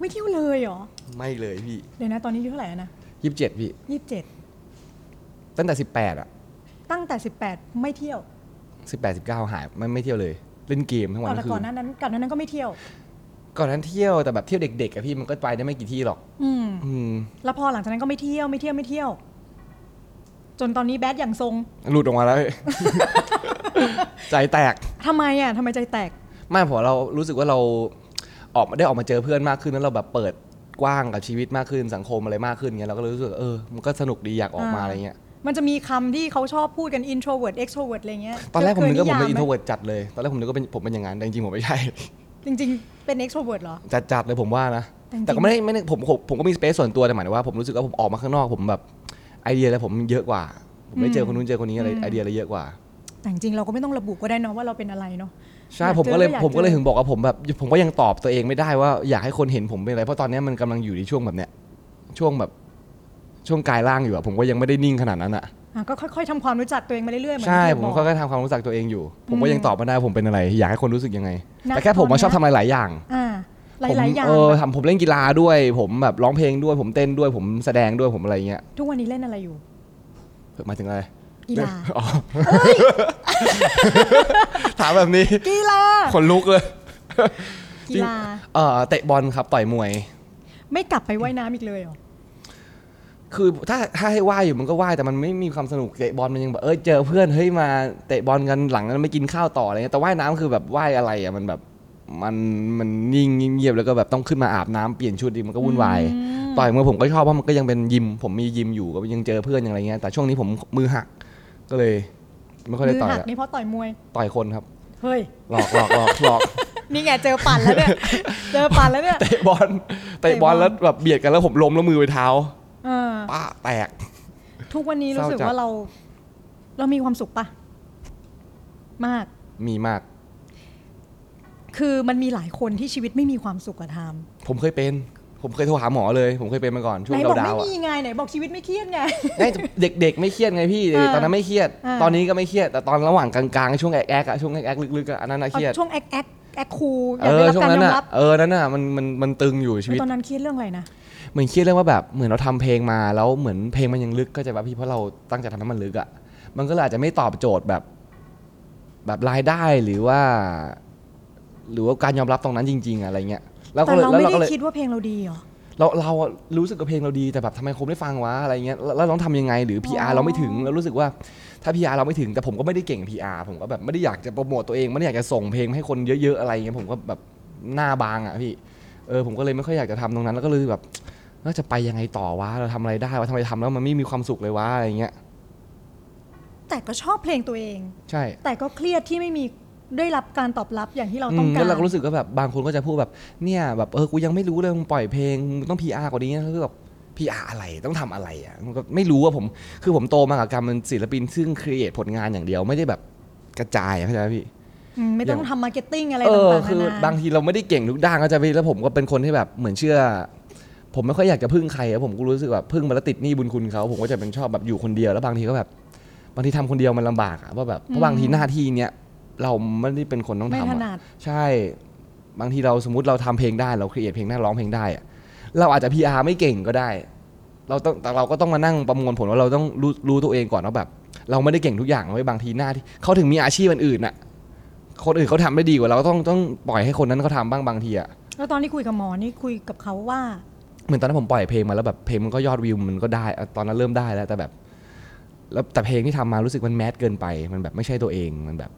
Speaker 3: ไม่เที่ยวเลยเหรอ
Speaker 2: ไม่เลยพี่
Speaker 3: เดี๋ยวนะ ตอนนี้อายุเท่าไหร่แล้วนะ
Speaker 2: ยี่สิบเจ็ดพี่
Speaker 3: ยี่สิบเจ็ด
Speaker 2: ตั้งแต่สิบแปดอะ
Speaker 3: ตั้งแต่สิบแปดไม่เที่ยว
Speaker 2: สิบแปดสิบเก้าหายไม่ไม่เที่ยวเลย เล่นเกมทั้งวัน
Speaker 3: เอาแต่
Speaker 2: ทั้งคื
Speaker 3: ก่อน
Speaker 2: น
Speaker 3: หน้านั้นก่อนหน้านั้นก็ไม่เที่ยว
Speaker 2: ก่อนนั้นเที่ยวแต่แบบเที่ยวเด็กๆอะพี่มันก็ไปได้ไม่กี่ที่หรอก
Speaker 3: อืม
Speaker 2: อืม
Speaker 3: แล้วพอหลังจากนั้นก็ไม่เที่ยวไม่เที่ยวไม่เที่ยว จนตอนนี้แบดอย่างทรง
Speaker 2: หลุดออกมาแล้วพี่ [laughs] ใจแตก
Speaker 3: ทำไมอ่ะทำไมใจแตก
Speaker 2: ไม่เพราะเรารู้สึกว่าเราออกมาได้ออกมาเจอเพื่อนมากขึ้นแล้วเราแบบเปิดกว้างกับชีวิตมากขึ้นสังคมอะไรมากขึ้นเงี้ยเราก็เลยรู้สึกว่าเออมันก็สนุกดีอยากออกมา
Speaker 3: อ่า
Speaker 2: อะไรเงี้ย
Speaker 3: มันจะมีคำที่เขาชอบพูดกัน introvert extrovert อะไรเงี้ย
Speaker 2: ตอนแรกผมนึกว่าผมเป็น
Speaker 3: ธ
Speaker 2: อิน
Speaker 3: คยย
Speaker 2: โทรเวิร์ดจัดเลยตอนแรกผมนึกว่าเป็นผมเป็นอย่างนั้นแต่จริงๆผมไม่ใช่
Speaker 3: ไหมจริง ๆ เป็น extrovert เหรอ
Speaker 2: จัดจัดๆเลยผมว่านะ
Speaker 3: แต่จริง
Speaker 2: แต่ก็ไม่ได้ไม่ได้ผมผมผมก็มีสเปซส่วนตัวแต่หมายถึงว่าผมรู้สึกว่าผมออกมาข้างนอกผมแบบไอเดียอะไรผมเยอะกว่า ผมได้เจอคนนู้นเจอคนนี้อะไรไอเดียอะไรเยอะกว่า
Speaker 3: แต่จริงๆเราก็ไม่ต้องระบุก็ได้เนอะว่าเราเป็นอะไรเนาะ
Speaker 2: ใช่
Speaker 3: อยากเจอ
Speaker 2: ผมก็เลย
Speaker 3: ก็อยาก
Speaker 2: ผมก็เลย
Speaker 3: เจอ
Speaker 2: ถึงบอกว่าผมแบบผมก็ยังตอบตัวเองไม่ได้ว่าอยากให้คนเห็นผมเป็นอะไรเพราะตอนเนี้ยมันกำลังอยู่ในช่วงแบบเนี้ยช่วงแบบช่วงกายร่างอยู่อะผมก็ยังไม่ได้นิ่งขนาดนั้นอะ
Speaker 3: อ่ะก็ค่อยๆทำความรู้จักตัวเองมาเรื่อยๆเหมือน
Speaker 2: ใช่ผ
Speaker 3: ที่เธ
Speaker 2: ม
Speaker 3: บอก
Speaker 2: ก็ค่อยๆทำความรู้จักตัวเองอยู่ ผมก็ยังตอบไม่ได้ว่าผมเป็นอะไร อยากให้คนรู้สึกยังไง
Speaker 3: นะ
Speaker 2: แต่แค่ผมมาชอบทำอะไรหลายอย่าง
Speaker 3: อ่าห
Speaker 2: ผม
Speaker 3: ลายๆอย่าง
Speaker 2: เออ
Speaker 3: แบบ
Speaker 2: ทำผมเล่นกีฬาด้วย ผมแบบร้องเพลงด้วย ผมเต้นด้วยผมแสดงด้วยผมอะไรเงี้ย
Speaker 3: ทุกวันนี้เล่นอะไรอยู่
Speaker 2: หมายถึงอะไร
Speaker 3: กีฬา
Speaker 2: อ๋อถามแบบนี้
Speaker 3: กีฬา
Speaker 2: ขนลุกเลย
Speaker 3: กีฬา
Speaker 2: เออเตะบอลครับต่อยมวย
Speaker 3: ไม่กลับไปว่ายน้ำอีกเลยเหรอ
Speaker 2: คือถ้าถ้าให้ว่ายอยู่มันก็ว่ายแต่มันไม่มีความสนุกเตะบอลมันยังแบบเอ้ยเจอเพื่อนเฮ้ยมาเตะบอลกันหลังนั้นไม่กินข้าวต่ออะไรเงี้ยแต่ว่ายน้ำคือแบบว่ายอะไรอ่ะมันแบบมันมันนิ่งเงียบแล้วก็แบบต้องขึ้นมาอาบน้ำเปลี่ยนชุดดีมันก็วุ่นวายต่อยมือผมก็ชอบเพราะมันก็ยังเป็นยิม ผมมียิมอยู่ก็ยังเจอเพื่อนอย่างไรเงี้ยแต่ช่วงนี้ผมมือหักก็เลยไม่ค่อย
Speaker 3: มื
Speaker 2: ได้
Speaker 3: อ
Speaker 2: ต่อย
Speaker 3: หัก
Speaker 2: ละ
Speaker 3: นี่เพราะต่อยมวย
Speaker 2: ต่อยคนครับ
Speaker 3: เฮ้ย
Speaker 2: หลอกหลอกหลอกหลอก
Speaker 3: นี่ไงเจอปั่นแล้ว
Speaker 2: [laughs]
Speaker 3: เนี่ย เจอปั่นแล้วเนี่ย
Speaker 2: เตะบ
Speaker 3: [laughs]
Speaker 2: อลเตะบอลแล้วแบบเบียดกันแล้วผมล้มแล้วมือไปเท้า
Speaker 3: เออ
Speaker 2: ป้าแตก
Speaker 3: ทุกวันนี้รู้สึก
Speaker 2: เศร้าจัด
Speaker 3: ว่าเรา เรามีความสุขปะมาก
Speaker 2: มีมาก
Speaker 3: คือมันมีหลายคนที่ชีวิตไม่มีความสุขอะทาม
Speaker 2: ผมเคยเป็น ผมเคยโทรหาหมอเลย ผมเคยเป็นมาก่อนช่ว
Speaker 3: ไห
Speaker 2: ง
Speaker 3: น
Speaker 2: ดา
Speaker 3: บอก
Speaker 2: วดา
Speaker 3: ไม่
Speaker 2: วๆอะ
Speaker 3: มีไงไหนบอกชีวิตไม่เครียดไง
Speaker 2: ไม่เด็กๆไม่เครียดไงพี่
Speaker 3: เออ
Speaker 2: ตอนนั้นไม่เครียด
Speaker 3: เออ
Speaker 2: ตอนนี้ก็ไม่เครียด แต่ตอนระหว่างกลางๆ ช่วงแอกๆอะช่วงแอกๆลึกๆอะอันนั้นน่ะเครียด
Speaker 3: เอาช่วงแอคแอคแอคคูลอ
Speaker 2: เอยอ
Speaker 3: ากได้รับ
Speaker 2: ช่ว
Speaker 3: การ
Speaker 2: งนั้น
Speaker 3: ย
Speaker 2: น่ะ
Speaker 3: อมรับ
Speaker 2: เออนั้นน่ะมันมันมันตึงอยู่ชีวิต
Speaker 3: ตอนนั้นเครียดเรื่องอะไรนะ
Speaker 2: เหมือนเครียดเรื่องว่าแบบเหมือนเราทำเพลงมาแล้วเหมือนเพลงมันยังลึกก็จะแบบพี่เพราะเราตั้งใจทำให้มันลึกอะมันก็เลยอาจจะไม่ตอบโจทย์แบบ แบบรายได้หรือว่า หรือว่าการยอมรับตรงนั้นจริง ๆอะไรเงี้ยแล้วก็
Speaker 3: แต่
Speaker 2: เลย
Speaker 3: เรา
Speaker 2: แล้ว
Speaker 3: ไม่
Speaker 2: เรา
Speaker 3: ได้
Speaker 2: ก็เลย
Speaker 3: คิดว่าเพลงเราดีเหรอ
Speaker 2: เราเราอะรู้สึกกับเพลงเราดีแต่แบบทำไมคนไม่ฟังวะอะไรเงี้ยแล้วแล้วเราต้องทำยังไงหรือ
Speaker 3: อ๋
Speaker 2: PR
Speaker 3: อ
Speaker 2: เราไม่ถึงเรารู้สึกว่าถ้า PR เราไม่ถึงแต่ผมก็ไม่ได้เก่ง PR ผมก็แบบไม่ได้อยากจะโปรโมทตัวเองไม่ได้อยากจะส่งเพลงให้คนเยอะๆอะไรเงี้ยผมก็แบบหน้าบางอ่ะพี่เออผมก็เลยไม่ค่อยอยากจะทำตรงนั้นแล้วก็เลยแบบน่าจะไปยังไงต่อวะเราทำอะไรได้วะทำไมทำแล้วมันไม่มีความสุขเลยวะอะไรเงี้ย
Speaker 3: แต่ก็ชอบเพลงตัวเอง
Speaker 2: ใช่
Speaker 3: แต่ก็เครียดที่ไม่มีได้รับการตอบรับอย่างที่เรา
Speaker 2: อื
Speaker 3: ต้อง
Speaker 2: ม
Speaker 3: การ
Speaker 2: แล้วเราก็รู้สึกว่าแบบบางคนก็จะพูดแบบเนี่ยแบบเออกูยังไม่รู้เลยมึงปล่อยเพลงมึงต้อง PR กว่านี้นะคือแบบ PR อะไรต้องทำอะไรอ่ะมันก็ไม่รู้ว่าผมคือผมโตมากับการเป็นศิลปินซึ่งครีเอทผลงานอย่างเดียวไม่ได้แบบกระจายอะเข้าใจไหมพี่
Speaker 3: อืมไม่ต้องทำมาร์เก็ตติ้งอะไร
Speaker 2: เออ
Speaker 3: ต่างๆ
Speaker 2: คือ
Speaker 3: นา
Speaker 2: บา
Speaker 3: นา
Speaker 2: งทีเราไม่ได้เก่งทุกด้านก็จะไปแล้วผมก็เป็นคนที่แบบเหมือนเชื่อ ผมไม่ค่อยอยากจะพึ่งใครอะผมก็รู้สึกแบบพึ่งมาแล้วติดหนี้บุญคุณเขาผมก็จะเป็นชอบแบบอยู่คนเดียวแล้วบางทีก็แบบบางทีทำคนเดียวมันลำบากอะว่าแบบเพราะบางทีหน้าที่เนี้ยเราไม่ได้เป็นคนต้อง
Speaker 3: ไม่
Speaker 2: ทำ
Speaker 3: ถ
Speaker 2: อะ
Speaker 3: นัด
Speaker 2: ใช่ บางทีเราสมมติเราทำเพลงได้เราครีเอทเพลงได้ร้องเพลงได้อะเราอาจจะ PR ไม่เก่งก็ได้ เราต้องแต่เราก็ต้องมานั่งประมวลผลว่าเราต้องรู้รู้ตัวเองก่อนว่าแบบ เราไม่ได้เก่งทุกอย่างไว้ยบางทีหน้าที่เขาถึงมีอาชีพอื่นๆน่ะ คนอื่นเขาทำได้ดีกว่าเราต้องต้องปล่อยให้คนนั้นเขาทำบ้างบางทีอะ
Speaker 3: แล้วตอนที่คุยกับหมอนี่คุยกับเขาว่า
Speaker 2: เหมือนตอนนั้นผมปล่อยเพลงมาแล้วแบบเพลงมันก็ยอดวิวมันก็ได้อะตอนนั้นเริ่มได้แล้ว แต่แบบ แล้วแต่เพลงที่ทำมารู้สึกมันแมสเกินไป มันแบบไม่ใช่ตัวเองมันแบบ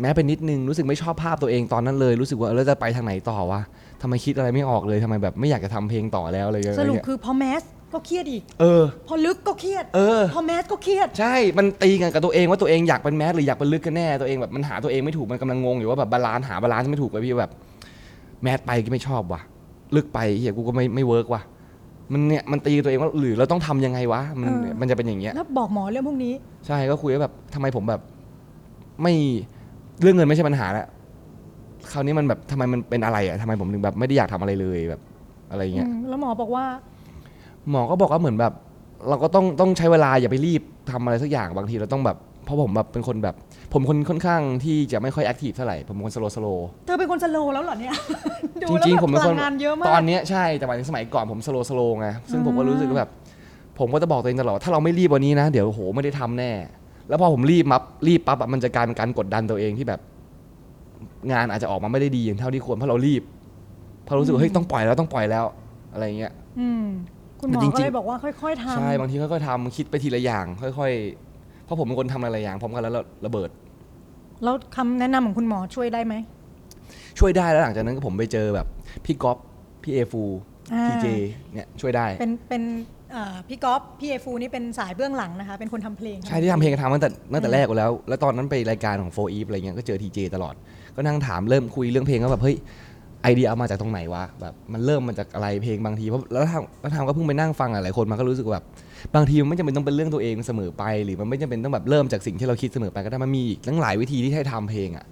Speaker 2: แม้เป็นนิดนึงรู้สึกไม่ชอบภาพตัวเองตอนนั้นเลยรู้สึกว่าเออแล้วจะไปทางไหนต่อวะทำไมคิดอะไรไม่ออกเลยทำไมแบบไม่อยากจะทำเพลงต่อแล้วอะไรอย่าง
Speaker 3: สรุป
Speaker 2: เงี้ย
Speaker 3: คือพอแมสก็เครียดอีก
Speaker 2: เออ
Speaker 3: พอลึกก็เครียด
Speaker 2: เออ
Speaker 3: พอแมสก็เครียด
Speaker 2: ใช่ มันตีกันกับตัวเองว่าตัวเองอยากเป็นแมสหรืออยากเป็นลึกกันแน่ตัวเองแบบมันหาตัวเองไม่ถูกมันกำลังงงอยู่ว่าแบบบาลานซ์หาบาลานซ์ไม่ถูกเลยพี่แบบ แมสไปก็ไม่ชอบว่ะ ลึกไปเฮียกูก็ไม่ไม่เวิร์กว่ะมันเนี่ยมันตีตัวเองว่าหรือเราต้องทำยังไงวะมัน
Speaker 3: เออ
Speaker 2: มันจะเป็นอย่างเงี้ย
Speaker 3: แล้วบอกหมอเรื่องพวกนี้
Speaker 2: ใช่ก็คุยว่าแบบทำไมผมแบบ ไม่เรื่องเงินไม่ใช่ปัญหาละคราวนี้มันแบบทำไมมันเป็นอะไรอ่ะทำไมผมถึงแบบไม่ได้อยากทำอะไรเลยแบบอะไรเงี้ย
Speaker 3: อืมแล้วหมอบอกว่า
Speaker 2: หมอก็บอกว่าเหมือนแบบ เราก็ต้องต้องใช้เวลาอย่าไปรีบทำอะไรสักอย่างบางทีเราต้องแบบ เพราะผมแบบเป็นคนแบบ ผมคนค่อนข้างที่จะไม่ค่อยแอคทีฟเท่าไหร่ผมเป็นคนสโลสโล
Speaker 3: เธอเป็นคนสโลว์แล้วเหรอเนี่ย ดู
Speaker 2: จ
Speaker 3: แล้ว
Speaker 2: ริง
Speaker 3: แบบ
Speaker 2: ๆ ผม
Speaker 3: พ
Speaker 2: เป็นค
Speaker 3: ลั
Speaker 2: น
Speaker 3: งงานเยอะมา
Speaker 2: ตอก นเนี้ยใช่แต่หมายถึงสมัยก่อนผมสโลสโลไงซึ่งผมก็รู้สึกว่าแบบ ผมก็จะบอกตัวเองตลอดว่าถ้าเราไม่รีบวันนี้นะ เดี๋ยวโอ้โหไม่ได้ทำแน่ แล้วพอผมรีบมับรีบปั๊บอะมันจะกลายเป็นการกดดันตัวเองที่แบบ งานอาจจะออกมาไม่ได้ดีอย่างเท่าที่ควรเพราะเรารีบเพราะรู้สึกว่าเฮ้ยต้องปล่อยแล้วต้องปล่อยแล้วอะไรเงี้ย
Speaker 3: อืม คุณหมอ
Speaker 2: จริงๆ
Speaker 3: ก็เลยบอกว่าค่อย ๆทำ
Speaker 2: ใช่บางทีค่อยๆทำคิดไปทีละอย่าง ค่อยๆ เพราะผมเป็นคนทำอะไรหลายอย่างพร้อมกันแล้วระเบิด
Speaker 3: แล้วคำแนะนำของคุณหมอช่วยได้ไหม
Speaker 2: ช่วยได้แล้วหลังจากนั้นก็ผมไปเจอแบบ พี่ก๊อฟพี่เอฟู
Speaker 3: อ่า
Speaker 2: พีเจเนี่ยช่วยได้
Speaker 3: เป็นเป็นเอ่อพี่ก๊อฟพี่เอฟูนี่เป็นสายเบื้องหลังนะคะ เป็นคนทำเพลง
Speaker 2: ใช่ที่ทำเพลงทำตั้งแต่ตั้งแต่แรกอยู่แล้ว แล้วตอนนั้นไปรายการของโฟอีฟอะไรเงี้ยก็เจอทีเจตลอด ก็นั่งถามเริ่มคุยเรื่องเพลงก็แบบเฮ้ยไอเดียเอามาจากตรงไหนวะแบบมันเริ่มมาจากอะไรเพลงบางทีเพราะแล้วทำแล้วทำก็เพิ่งไปนั่งฟังหลายๆคนมาก็รู้สึกว่าแบบบางทีมันไม่จำเป็นต้องเป็นเรื่องตัวเองเสมอไป หรือมันไม่จำเป็นต้องแบบเริ่มจากสิ่งที่เราคิดเสมอไปก็ได้มันมีอีกตั้งหลายวิธีที่ให้ทำเพลงอ่ะ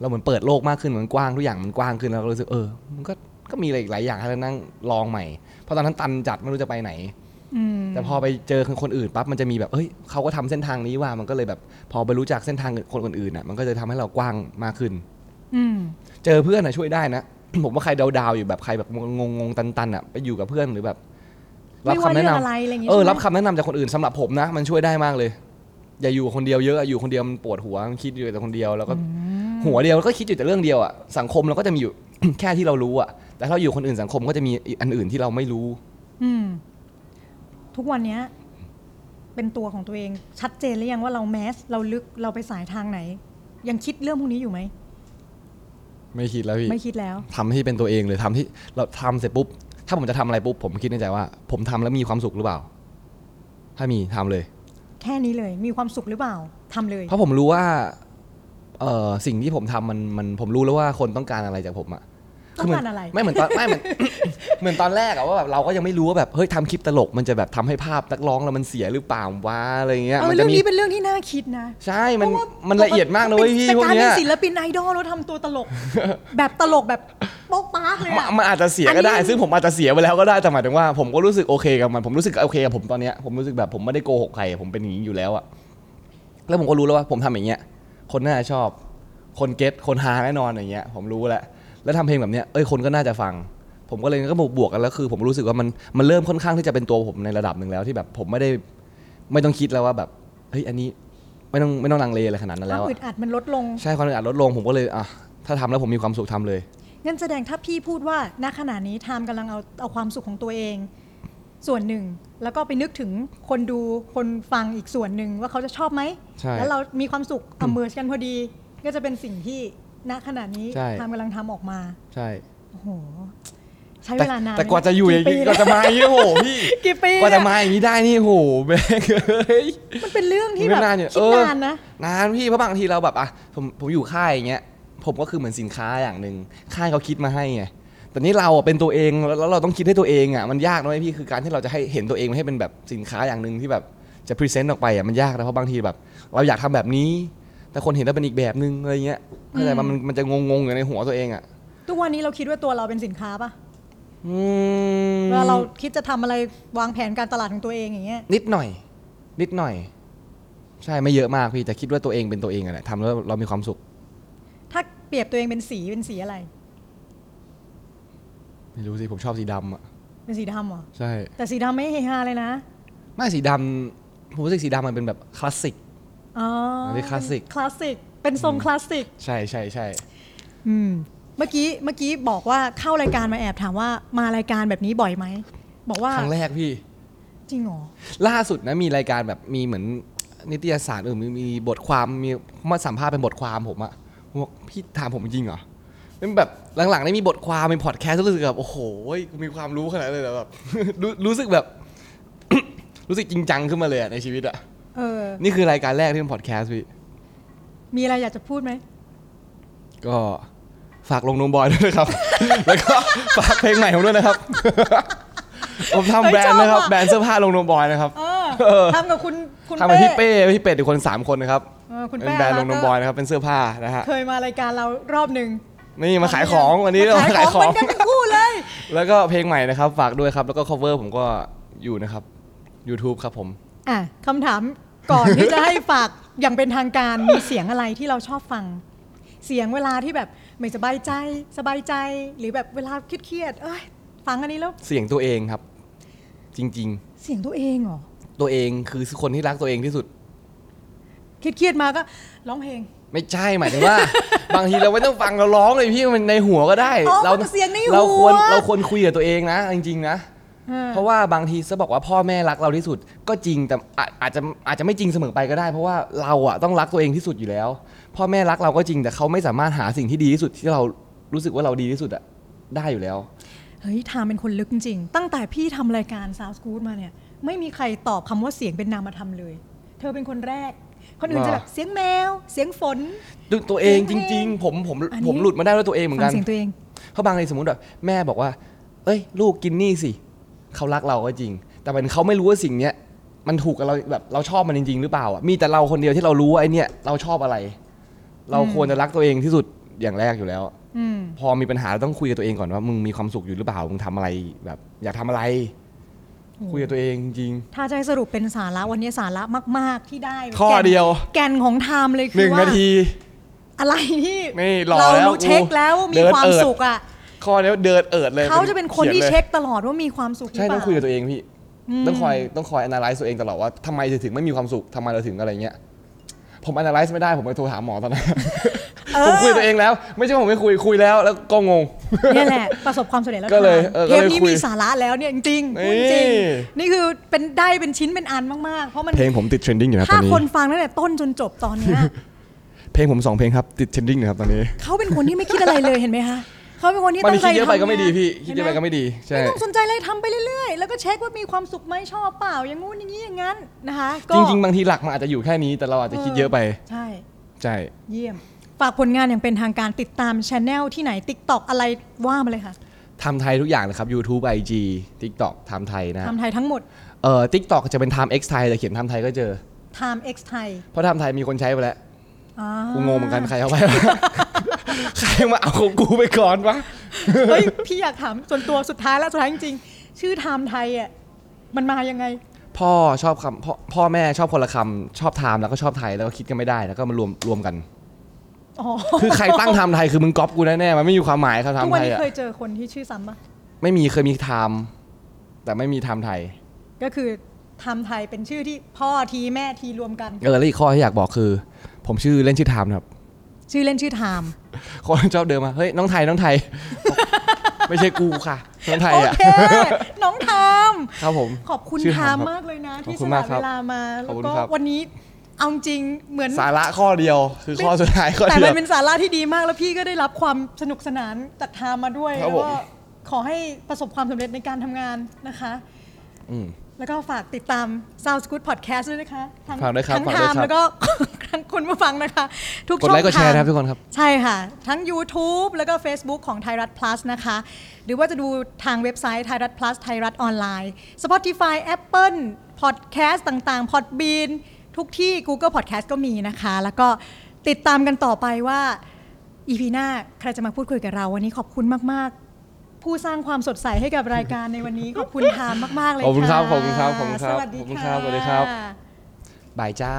Speaker 2: เราเหมือนเปิดโลกมากขึ้นเหมือนกว้างทุกอย่างมันกว้างขึ้นแล้วเรารู้สึกเออมันก็ก็มีอะไรอีกหลายอย่างให้เรานั่งลองใหม่เพราะตอนนั้นตันจัดไม่รู้จะไปไหน
Speaker 3: อืม
Speaker 2: แต่พอไปเจอคนอื่นปั๊บมันจะมีแบบเอ้ยเขาก็ทำเส้นทางนี้ว่ามันก็เลยแบบ พอไปรู้จักเส้นทางคนอื่นๆอ่ะมันก็จะทำให้เรากว้างมากขึ้น
Speaker 3: อืม
Speaker 2: เจอเพื่อนอ่ะช่วยได้นะ [coughs] ผมว่าใครดาวๆอยู่แบบใครแบบงงงๆตันๆอ่ะไปอยู่กับเพื่อนหรือแบบ
Speaker 3: ไม่ว่าเรื่องอะไรอะไรอย่างงี้
Speaker 2: เออ
Speaker 3: ใช่ไหม
Speaker 2: รับคำแนะนำจากคนอื่นสำหรับผมนะ มันช่วยได้มากเลย อย่าอยู่คนเดียวเยอะอะอยู่คนเดียวมันปวดหัวมันคิดอยู่แต่คนเดียวแล้วก็หัวเดียวก็คิดอยู่แต่เรื่องเดียวอ่ะสังคมเราก็จะมีอยู่ [coughs] แค่ที่เรารู้อ่ะแต่ถ้าเราอยู่คนอื่นสังคมก็จะมีอีกอันอื่นที่เราไม่รู้
Speaker 3: อืม ทุกวันเนี้ย เป็นตัวของตัวเองชัดเจนหรือยังว่าเราแมส เราลึกเราไปสายทางไหน ยังคิดเรื่องพวกนี้อยู่ไหม
Speaker 2: ไม่คิดแล้วพี่
Speaker 3: ไม่คิดแล้ว
Speaker 2: ทำให้เป็นตัวเองเลยทำที่เราทำเสร็จปุ๊บ ถ้าผมจะทำอะไรปุ๊บผมคิดในใจว่า ผมทำแล้วมีความสุขหรือเปล่า ถ้ามีทำเลย
Speaker 3: แค่นี้เลยมีความสุขหรือเปล่าทำเลย
Speaker 2: เพราะผมรู้ว่าเอ่อสิ่งที่ผมทำมันมันผมรู้แล้วว่าคนต้องการอะไรจากผมอะ
Speaker 3: ต้องการอะไร
Speaker 2: ไม่เหมือนตอนไม่เหมือน [coughs] เหมือนตอนแรกอะว่าแบบเราก็ยังไม่รู้ว่าแบบเฮ้ยทำคลิปตลกมันจะแบบทำให้ภาพนักร้องเรามันเสียหรือเปล่าวะอะไรเงี้ย
Speaker 3: เออ
Speaker 2: มั
Speaker 3: เรื่
Speaker 2: จะ
Speaker 3: อง
Speaker 2: มี
Speaker 3: นี้เป็นเรื่องที่น่าคิดนะ
Speaker 2: ใช่มัน
Speaker 3: พราว่า
Speaker 2: มันละเอียดมากนะเว้ยพี่
Speaker 3: ป็
Speaker 2: พวก
Speaker 3: การเป็
Speaker 2: เนี้
Speaker 3: น
Speaker 2: ย
Speaker 3: ศิลปินไอดอลแล้วทำตัวตล
Speaker 2: [laughs]
Speaker 3: ก แบบตลกแบบโป๊กปาร์กเลย
Speaker 2: มัน
Speaker 3: อะ
Speaker 2: มันอาจจะเสียก็ได้
Speaker 3: อันนี้
Speaker 2: ซึ่งผมอาจจะเสียไปแล้วก็ได้แต่หมายถึงว่าผมก็รู้สึกโอเคกับมันผมรู้สึกโอเคกับผมตอนเนี้ยผมรู้สึกแบบผมไม่ได้โกหกใครผมเป็นอย่างนี้อยู่แล้วอะแล้วผมก็รู้แล้วว่าผมทำอย่างเงี้ย คนน่าจะชอบ คนเก็ตคนฮาแน่นอนอย่างเงี้ย ผมรู้แล้ว แล้วทำเพลงแบบเนี้ย เอ้ย คนก็น่าจะฟัง ผมก็เลยก็บวกกันแล้วคือ ผมรู้สึกว่ามัน มันเริ่มค่อนข้างที่จะเป็นตัวผมในระดับหนึ่งแล้วที่แบบผมไม่ได้ ไม่ต้องคิดแล้วว่าแบบ เฮ้ย อันนี้ไม่ต้องไม่ต้องลังเลอะไรขนาดนั้นแล้ว
Speaker 3: คาวม
Speaker 2: อะ
Speaker 3: อึดอัดมันลดลง
Speaker 2: ใช่ความอึดอัดลดลง ผมก็เลย อ่ะ ถ้าทำแล้วผมมีความสุขทำเลย
Speaker 3: งั้นแสดงถ้าพี่พูดว่าณขณะนี้ไทม์กำลังเอาเอาความสุขของตัวเอง ส่วนหนึ่ง แล้วก็ไปนึกถึงคนดูคนฟังอีกส่วนหนึ่งว่าเขาจะชอบไหม
Speaker 2: ใช่
Speaker 3: แล้วเรามีความสุขอเมอร์กันพอดี ก็จะเป็นสิ่งที่ณขณะนี้
Speaker 2: ใช่
Speaker 3: ไทม์กำลังทำออกมา
Speaker 2: ใช่
Speaker 3: โอ้โหใช้
Speaker 2: แต่
Speaker 3: เวลานาน
Speaker 2: แต่กว่าจะอยู่อย่าง
Speaker 3: ปี
Speaker 2: นี้กว่าจะมาอย่างนี้โอ้โหพี่
Speaker 3: [laughs] กี่ปี
Speaker 2: กว่าจะ
Speaker 3: เนี่ย
Speaker 2: มาอย่างนี้ได้นี่โอ้โหแม่งเอ้ย
Speaker 3: มันเป็นเรื่องที่แบบ
Speaker 2: ไม่นานเนี่ย
Speaker 3: คิ
Speaker 2: เอ
Speaker 3: ด
Speaker 2: อ
Speaker 3: นานนะ
Speaker 2: นานพี่เพราะบางทีเราแบบอ่ะผมผมอยู่ค่ายอย่างเงี้ยผมก็คือเหมือนสินค้าอย่างหนึ่งค่ายเขาคิดมาให้ไงแต่นี่เราอ่ะเป็นตัวเองแล้วแล้วเราต้องคิดให้ตัวเองอ่ะมันยากนะเว้ยพี่คือการที่เราจะให้เห็นตัวเองให้เป็นแบบสินค้าอย่างหนึ่งที่แบบจะพรีเซนต์ออกไปอ่ะมันยากนะเพราะบางทีแบบ เราอยากทำแบบนี้ แต่คนเห็นแล้วเป็นอีกแบบนึงอะไรเงี้ยเข้าใจปะมันมันจะงงๆอยู่ในหัวตัวเองอ่ะ
Speaker 3: ทุกวันนี้เราคิดว่าตัวเราเป็นสินค้าปะ
Speaker 2: อืม
Speaker 3: เวลาเราคิดจะทำอะไรวางแผนการตลาดของตัวเองอย่างเงี้ย
Speaker 2: นิดหน่อย นิดหน่อย ใช่ไม่เยอะมากพี่แต่คิดว่าตัวเองเป็นตัวเองอะแหละทำแล้วเรามีความสุข
Speaker 3: ถ้าเปรียบตัวเองเป็นสีเป็นสีอะไร
Speaker 2: ไม่รู้สิผมชอบสีดำอ่ะ
Speaker 3: เป็นสีดำเหรอ
Speaker 2: ใช่
Speaker 3: แต่สีดำไม่เฮฮาเลยนะ
Speaker 2: ไม่สีดำผมรู้สึกสีดำมันเป็นแบบคลาสสิก
Speaker 3: อ๋ออน
Speaker 2: นี้คลาสสิก
Speaker 3: คลาสสิก เป็นทรงคลาสสิก
Speaker 2: ใช่ใช่ใช่
Speaker 3: อืม เมื่อกี้ เมื่อกี้บอกว่าเข้ารายการมาแอบถามว่ามารายการแบบนี้บ่อยไหม บอกว่า
Speaker 2: ครั้งแรกพี่
Speaker 3: จริงเหรอ
Speaker 2: ล่าสุดนะมีรายการแบบมีเหมือนนิตยสารเออมีมีบทความมีมาสัมภาษณ์เป็นบทความผมอะผมบอกพี่ถามผมจริงเหรอเป็นแบบหลังๆได้มีบทความมีพอดแคสต์รู้สึกแบบโอ้โหกูมีความรู้ขนาดนั้นเลยเหรอแบบ [laughs] รู้รู้สึกแบบ [coughs] รู้สึกจริงจังขึ้นมาเลยอะในชีวิตอะ
Speaker 3: เออ
Speaker 2: นี่คือรายการแรกที่เป็นพอดแคสต์พี่
Speaker 3: มีอะไรอยากจะพูดไหม
Speaker 2: ก็ฝากลงนมบอยด้วยนะครับ [laughs] แล้วก็ฝากเพลงใหม่ผมด้วยนะครับ [laughs] ผมทำแบรนด์นะครับแบ
Speaker 3: เฮ้ยชอบอ่ะ
Speaker 2: รนด์เสื้อผ้าลงนมบอยนะครับ
Speaker 3: เออทำกับคุณ คุณ
Speaker 2: ทำกับพี่เป้พี่เป็ดอีกคนสามคนนะครับ
Speaker 3: เออคุณ
Speaker 2: เป็
Speaker 3: เป้
Speaker 2: นแบรนด์ล
Speaker 3: รัก
Speaker 2: งนมบอยนะครับเป็นเสื้อผ้านะฮะ
Speaker 3: เคยมารายการเรารอบหนึ่ง
Speaker 2: นี่มาขายของวันนี้เรามาขายของ
Speaker 3: เหมือนกันทั้งคู่เลย
Speaker 2: แล้วก็เพลงใหม่นะครับฝากด้วยครับ แล้วก็ cover ผมก็อยู่นะครับ YouTube ครับผม
Speaker 3: อ่ะคำถามก่อนที่จะให้ฝาก [laughs] อย่างเป็นทางการมีเสียงอะไรที่เราชอบฟัง เสียงเวลาที่แบบไม่สบายใจสบายใจ หรือแบบเวลาเครียดๆเอ้ยฟังอันนี้แล้ว
Speaker 2: เสียงตัวเองครับ จริง
Speaker 3: เสียงตัวเองเหรอ
Speaker 2: ๆ ตัวเองคือคนที่รักตัวเองที่สุด
Speaker 3: เครียดๆมาก็ร้องเพลง
Speaker 2: ไม่ใช่หมายถึง [laughs] ว่า บางทีเราไม่ต้องฟังเราร้องเลยพี่มันในหัวก็ได้
Speaker 3: อ๋อ
Speaker 2: เรา
Speaker 3: มันเสียงในหัว
Speaker 2: เราควรเราควรคุยกับตัวเองนะจริงๆนะ
Speaker 3: เออ
Speaker 2: เพราะว่าบางทีจะบอกว่าพ่อแม่รักเราที่สุด ก็จริงแต่อาอาจจะอาจจะไม่จริงเสมอไปก็ได้ เพราะว่าเราอะต้องรักตัวเองที่สุดอยู่แล้ว พ่อแม่รักเราก็จริงแต่เขาไม่สามารถหาสิ่งที่ดีที่สุดที่เรารู้สึกว่าเราดีที่สุดอะได้อยู่แล้ว
Speaker 3: เฮ้ยทามเป็นคนลึกจริงๆตั้งแต่พี่ทำรายการ Sound Good มาเนี่ย ไม่มีใครตอบคำว่าเสียงเป็นนามธรรมเลย เธอเป็นคนแรก คนอื่นจะแบบเสียงแมว เสียงฝน
Speaker 2: ตัวตัวเองจริง ๆ ผมผม
Speaker 3: อันนี้
Speaker 2: ผมหลุดมาได้ด้วยตัวเองเหมือนกั
Speaker 3: ฟั
Speaker 2: น
Speaker 3: เสียงตัวเอง
Speaker 2: เพราะบางทีสมมติแบบแม่บอกว่า เอ้ย ลูกกินนี่สิ เขารักเราก็จริง แต่มันเขาไม่รู้ว่าสิ่งเนี้ยมันถูกกับเราแบบเราชอบมันจริง ๆ หรือเปล่าอ่ะมีแต่เราคนเดียวที่เรารู้ว่าไอเนี้ยเราชอบอะไร เราควรจะรักตัวเองที่สุดอย่างแรกอยู่แล้ว
Speaker 3: อืม
Speaker 2: พอมีปัญหาเราต้องคุยกับตัวเองก่อนว่ามึงมีความสุขอยู่หรือเปล่ามึงทำอะไรแบบ อยากทำอะไร คุยกับตัวเองจริง
Speaker 3: ถ้าจะให้สรุปเป็นสาระวันนี้สาระมาก ๆ ที่ได้
Speaker 2: ข้อ
Speaker 3: แก่น
Speaker 2: เดียว
Speaker 3: แก่นของไทม์เลย
Speaker 2: ๆห
Speaker 3: คื
Speaker 2: นึ่
Speaker 3: องว่า
Speaker 2: นาที
Speaker 3: อะไรที่
Speaker 2: นี่หล่อ
Speaker 3: เรา
Speaker 2: แล้ว
Speaker 3: รู้เช็คแล้ว
Speaker 2: กู
Speaker 3: มีความ
Speaker 2: เดินเอิด
Speaker 3: สุขอ่ะ
Speaker 2: ข้อเนี้ยเดินเอิดเลย
Speaker 3: เขาจะเป็นคนที่
Speaker 2: ขียลย
Speaker 3: เช็คตลอดว่ามีความสุขหรือ
Speaker 2: ใช่
Speaker 3: เป
Speaker 2: ต้องคุยกับ
Speaker 3: ล่า
Speaker 2: ตัวเองพี่ต้องคอยต้องคอย analyze ตัวเองตลอดว่าทำไมถึงไม่มีความสุขทำไมเราถึงอะไรเงี้ยผม analyze ไม่ได้ผมไปโทรหาหมอตอนนั้นผมคุยกับตัวเองแล้ว ไม่ใช่ว่าผมไม่คุยคุยแล้วแล้วก็งง
Speaker 3: เนี่ยแหละประสบความสำเร็จแล้ว
Speaker 2: ก็เลยเออก็
Speaker 3: เท
Speaker 2: เลย
Speaker 3: ปนี้
Speaker 2: คุย
Speaker 3: มีสาระแล้วเนี่ยจริงๆพูดจ
Speaker 2: นี่
Speaker 3: ริงนี่คือเป็นได้เป็นชิ้นเป็นอันมาก ๆ เพราะมัน
Speaker 2: เพลงผมติด trending อยู่นะต
Speaker 3: ถ้า
Speaker 2: อนนี้
Speaker 3: คนฟังตั้งแต่ต้นจนจบตอนเนี้ย
Speaker 2: เพลงผมสองเพลงครับติด trending อยู่ครับตอนนี้
Speaker 3: เขาเป็นคนที่ไม่คิดอะไรเลยเห็นไหมคะ เขาเป็นคนที่
Speaker 2: มัน
Speaker 3: ตั้งใจ
Speaker 2: คิดเยอะไป
Speaker 3: ทำ
Speaker 2: ก็ไม่ดี
Speaker 3: งาน
Speaker 2: พี่คิดเยอะไป
Speaker 3: ห็นห
Speaker 2: ก็ไม่ดีใช่
Speaker 3: ไม่ต้องสนใจเลยทำไปเรื่อยๆ แล้วก็เช็คว่ามีความสุขไหมชอบเปล่าอย่างงู้นอย่างนี้อย่างนั้นนะคะก็
Speaker 2: จริง ๆ บางทีหลักมันอาจจะอยู่แค่นี้แต่เราอาจจะคิดเยอะไป
Speaker 3: ใช่
Speaker 2: ใช่
Speaker 3: เยี่ยม ฝากผลงานอย่างเป็นทางการติดตามช anel ที่ไหน TikTok อะไรว่ามาเลยค่ะ
Speaker 2: ทำไทยทุกอย่างเลยครับ YouTube IG TikTok ทำไทยนะฮะ
Speaker 3: ทำไทยทั้งหมด
Speaker 2: เอ่อ TikTok จะเป็น Time X Thai แต่เขียน Time Thai ก็เจอ
Speaker 3: Time X ไทย
Speaker 2: เพราะ Time Thai มีคนใช้ไปแล้ว
Speaker 3: อ่า
Speaker 2: กูงงเหมือนกันใครเอาไป
Speaker 3: [laughs]
Speaker 2: วะ ใครมาเอาของกูไปก่อนวะ
Speaker 3: เฮ้ย พี่อยากถามส่วนตัวสุดท้ายแล้วสุดท้ายจริงๆ ชื่อ Time ไทยอ่ะมันมายังไง
Speaker 2: พ่อชอบคำพ่อพ่อแม่ชอบคนละคำชอบไทม์แล้วก็ชอบไทยแล้วก็คิดกันไม่ได้แล้วก็มารวมรวมกัน
Speaker 3: อ๋อ
Speaker 2: คือใครตั้งไทม์ไทยคือมึงก๊อปกูแน่ๆมันไม่มีความหมายครับไท
Speaker 3: ทุก
Speaker 2: ม์
Speaker 3: วั
Speaker 2: ไท
Speaker 3: น
Speaker 2: ย
Speaker 3: นี้
Speaker 2: อะ
Speaker 3: เคยเจอคนที่ชื่อซ้ำปะ
Speaker 2: ไม่มีเคยมีไทม์แต่ไม่มีไทม์ไทย
Speaker 3: ก็คือ Time ไทยเป็นชื่อที่พ่อทีแม่ทีรวมกัน
Speaker 2: เออแล้วอีกข้อที่อยากบอกคือ ผมชื่อเล่นชื่อไทม์ครับ
Speaker 3: ชื่อเล่นชื่อไทม์
Speaker 2: คนชอบเดินมาเฮ้ยน้องไทยน้องไทย [laughs] ไม่ใช่กูค่ะน้องไทย
Speaker 3: โอ
Speaker 2: อ่ะ
Speaker 3: เค น้องไทม์
Speaker 2: ครับผม
Speaker 3: ขอบคุณ
Speaker 2: ชื่อ
Speaker 3: ไท
Speaker 2: ไทม์ครับ
Speaker 3: ม์มากเลยนะ
Speaker 2: ขอบ
Speaker 3: ที่
Speaker 2: คุ
Speaker 3: ส
Speaker 2: ณ
Speaker 3: ละ
Speaker 2: มากครั
Speaker 3: เว
Speaker 2: บ
Speaker 3: ลามา
Speaker 2: ขอบ
Speaker 3: แล้ว
Speaker 2: คุณ
Speaker 3: ก็
Speaker 2: ครับ
Speaker 3: วันนี้เอาจริงเหมือน
Speaker 2: สาระข้อเดียวคือข้อสุดท้ายข้อ
Speaker 3: แต่
Speaker 2: เดี
Speaker 3: มั
Speaker 2: ยว
Speaker 3: นเป็นสาระที่ดีมากแล้วพี่ก็ได้รับความสนุกสนานจากไทม์มาด้วย
Speaker 2: ครั
Speaker 3: แล้
Speaker 2: บผ
Speaker 3: ว
Speaker 2: ม
Speaker 3: ก็ขอให้ประสบความสำเร็จในการทำงานนะคะ
Speaker 2: อืม
Speaker 3: แล้วก็ฝากติดตาม Sound Good Podcast ด้วยนะคะทั้ง
Speaker 2: ฝากด้วยครับ
Speaker 3: ทั้ง
Speaker 2: ฝาก
Speaker 3: ไท
Speaker 2: ด้วยค
Speaker 3: ม์
Speaker 2: รับ
Speaker 3: แล้วก็ [laughs] ทั้งคุณผู้ฟังนะคะ ทุก
Speaker 2: กด
Speaker 3: ช่อง
Speaker 2: ไลค์กดแช
Speaker 3: ทา
Speaker 2: ร์
Speaker 3: ง
Speaker 2: นะครับทุกคนครับ
Speaker 3: ใช่ค่ะ ทั้ง YouTube แล้วก็ Facebook ของไทยรัฐ plus นะคะ หรือว่าจะดูทางเว็บไซต์ไทยรัฐ plus ไทยรัฐออนไลน์ Spotify Apple Podcast ต่างๆ Podbean ทุกที่ Google Podcast ก็มีนะคะ แล้วก็ติดตามกันต่อไปว่า EP หน้าใครจะมาพูดคุยกับเรา วันนี้ขอบคุณมาก ๆ ผู้สร้างความสดใสให้กับรายการในวันนี้ ขอบคุณทามมาก ๆ เลย
Speaker 2: ขอบคุณครับ
Speaker 3: ะ
Speaker 2: ขอบคุณครับขอบคุณครับ
Speaker 3: สวัสดี
Speaker 2: ขอบคุณค
Speaker 3: ค่ะ
Speaker 2: รับสวัสดีครับ บายจ้า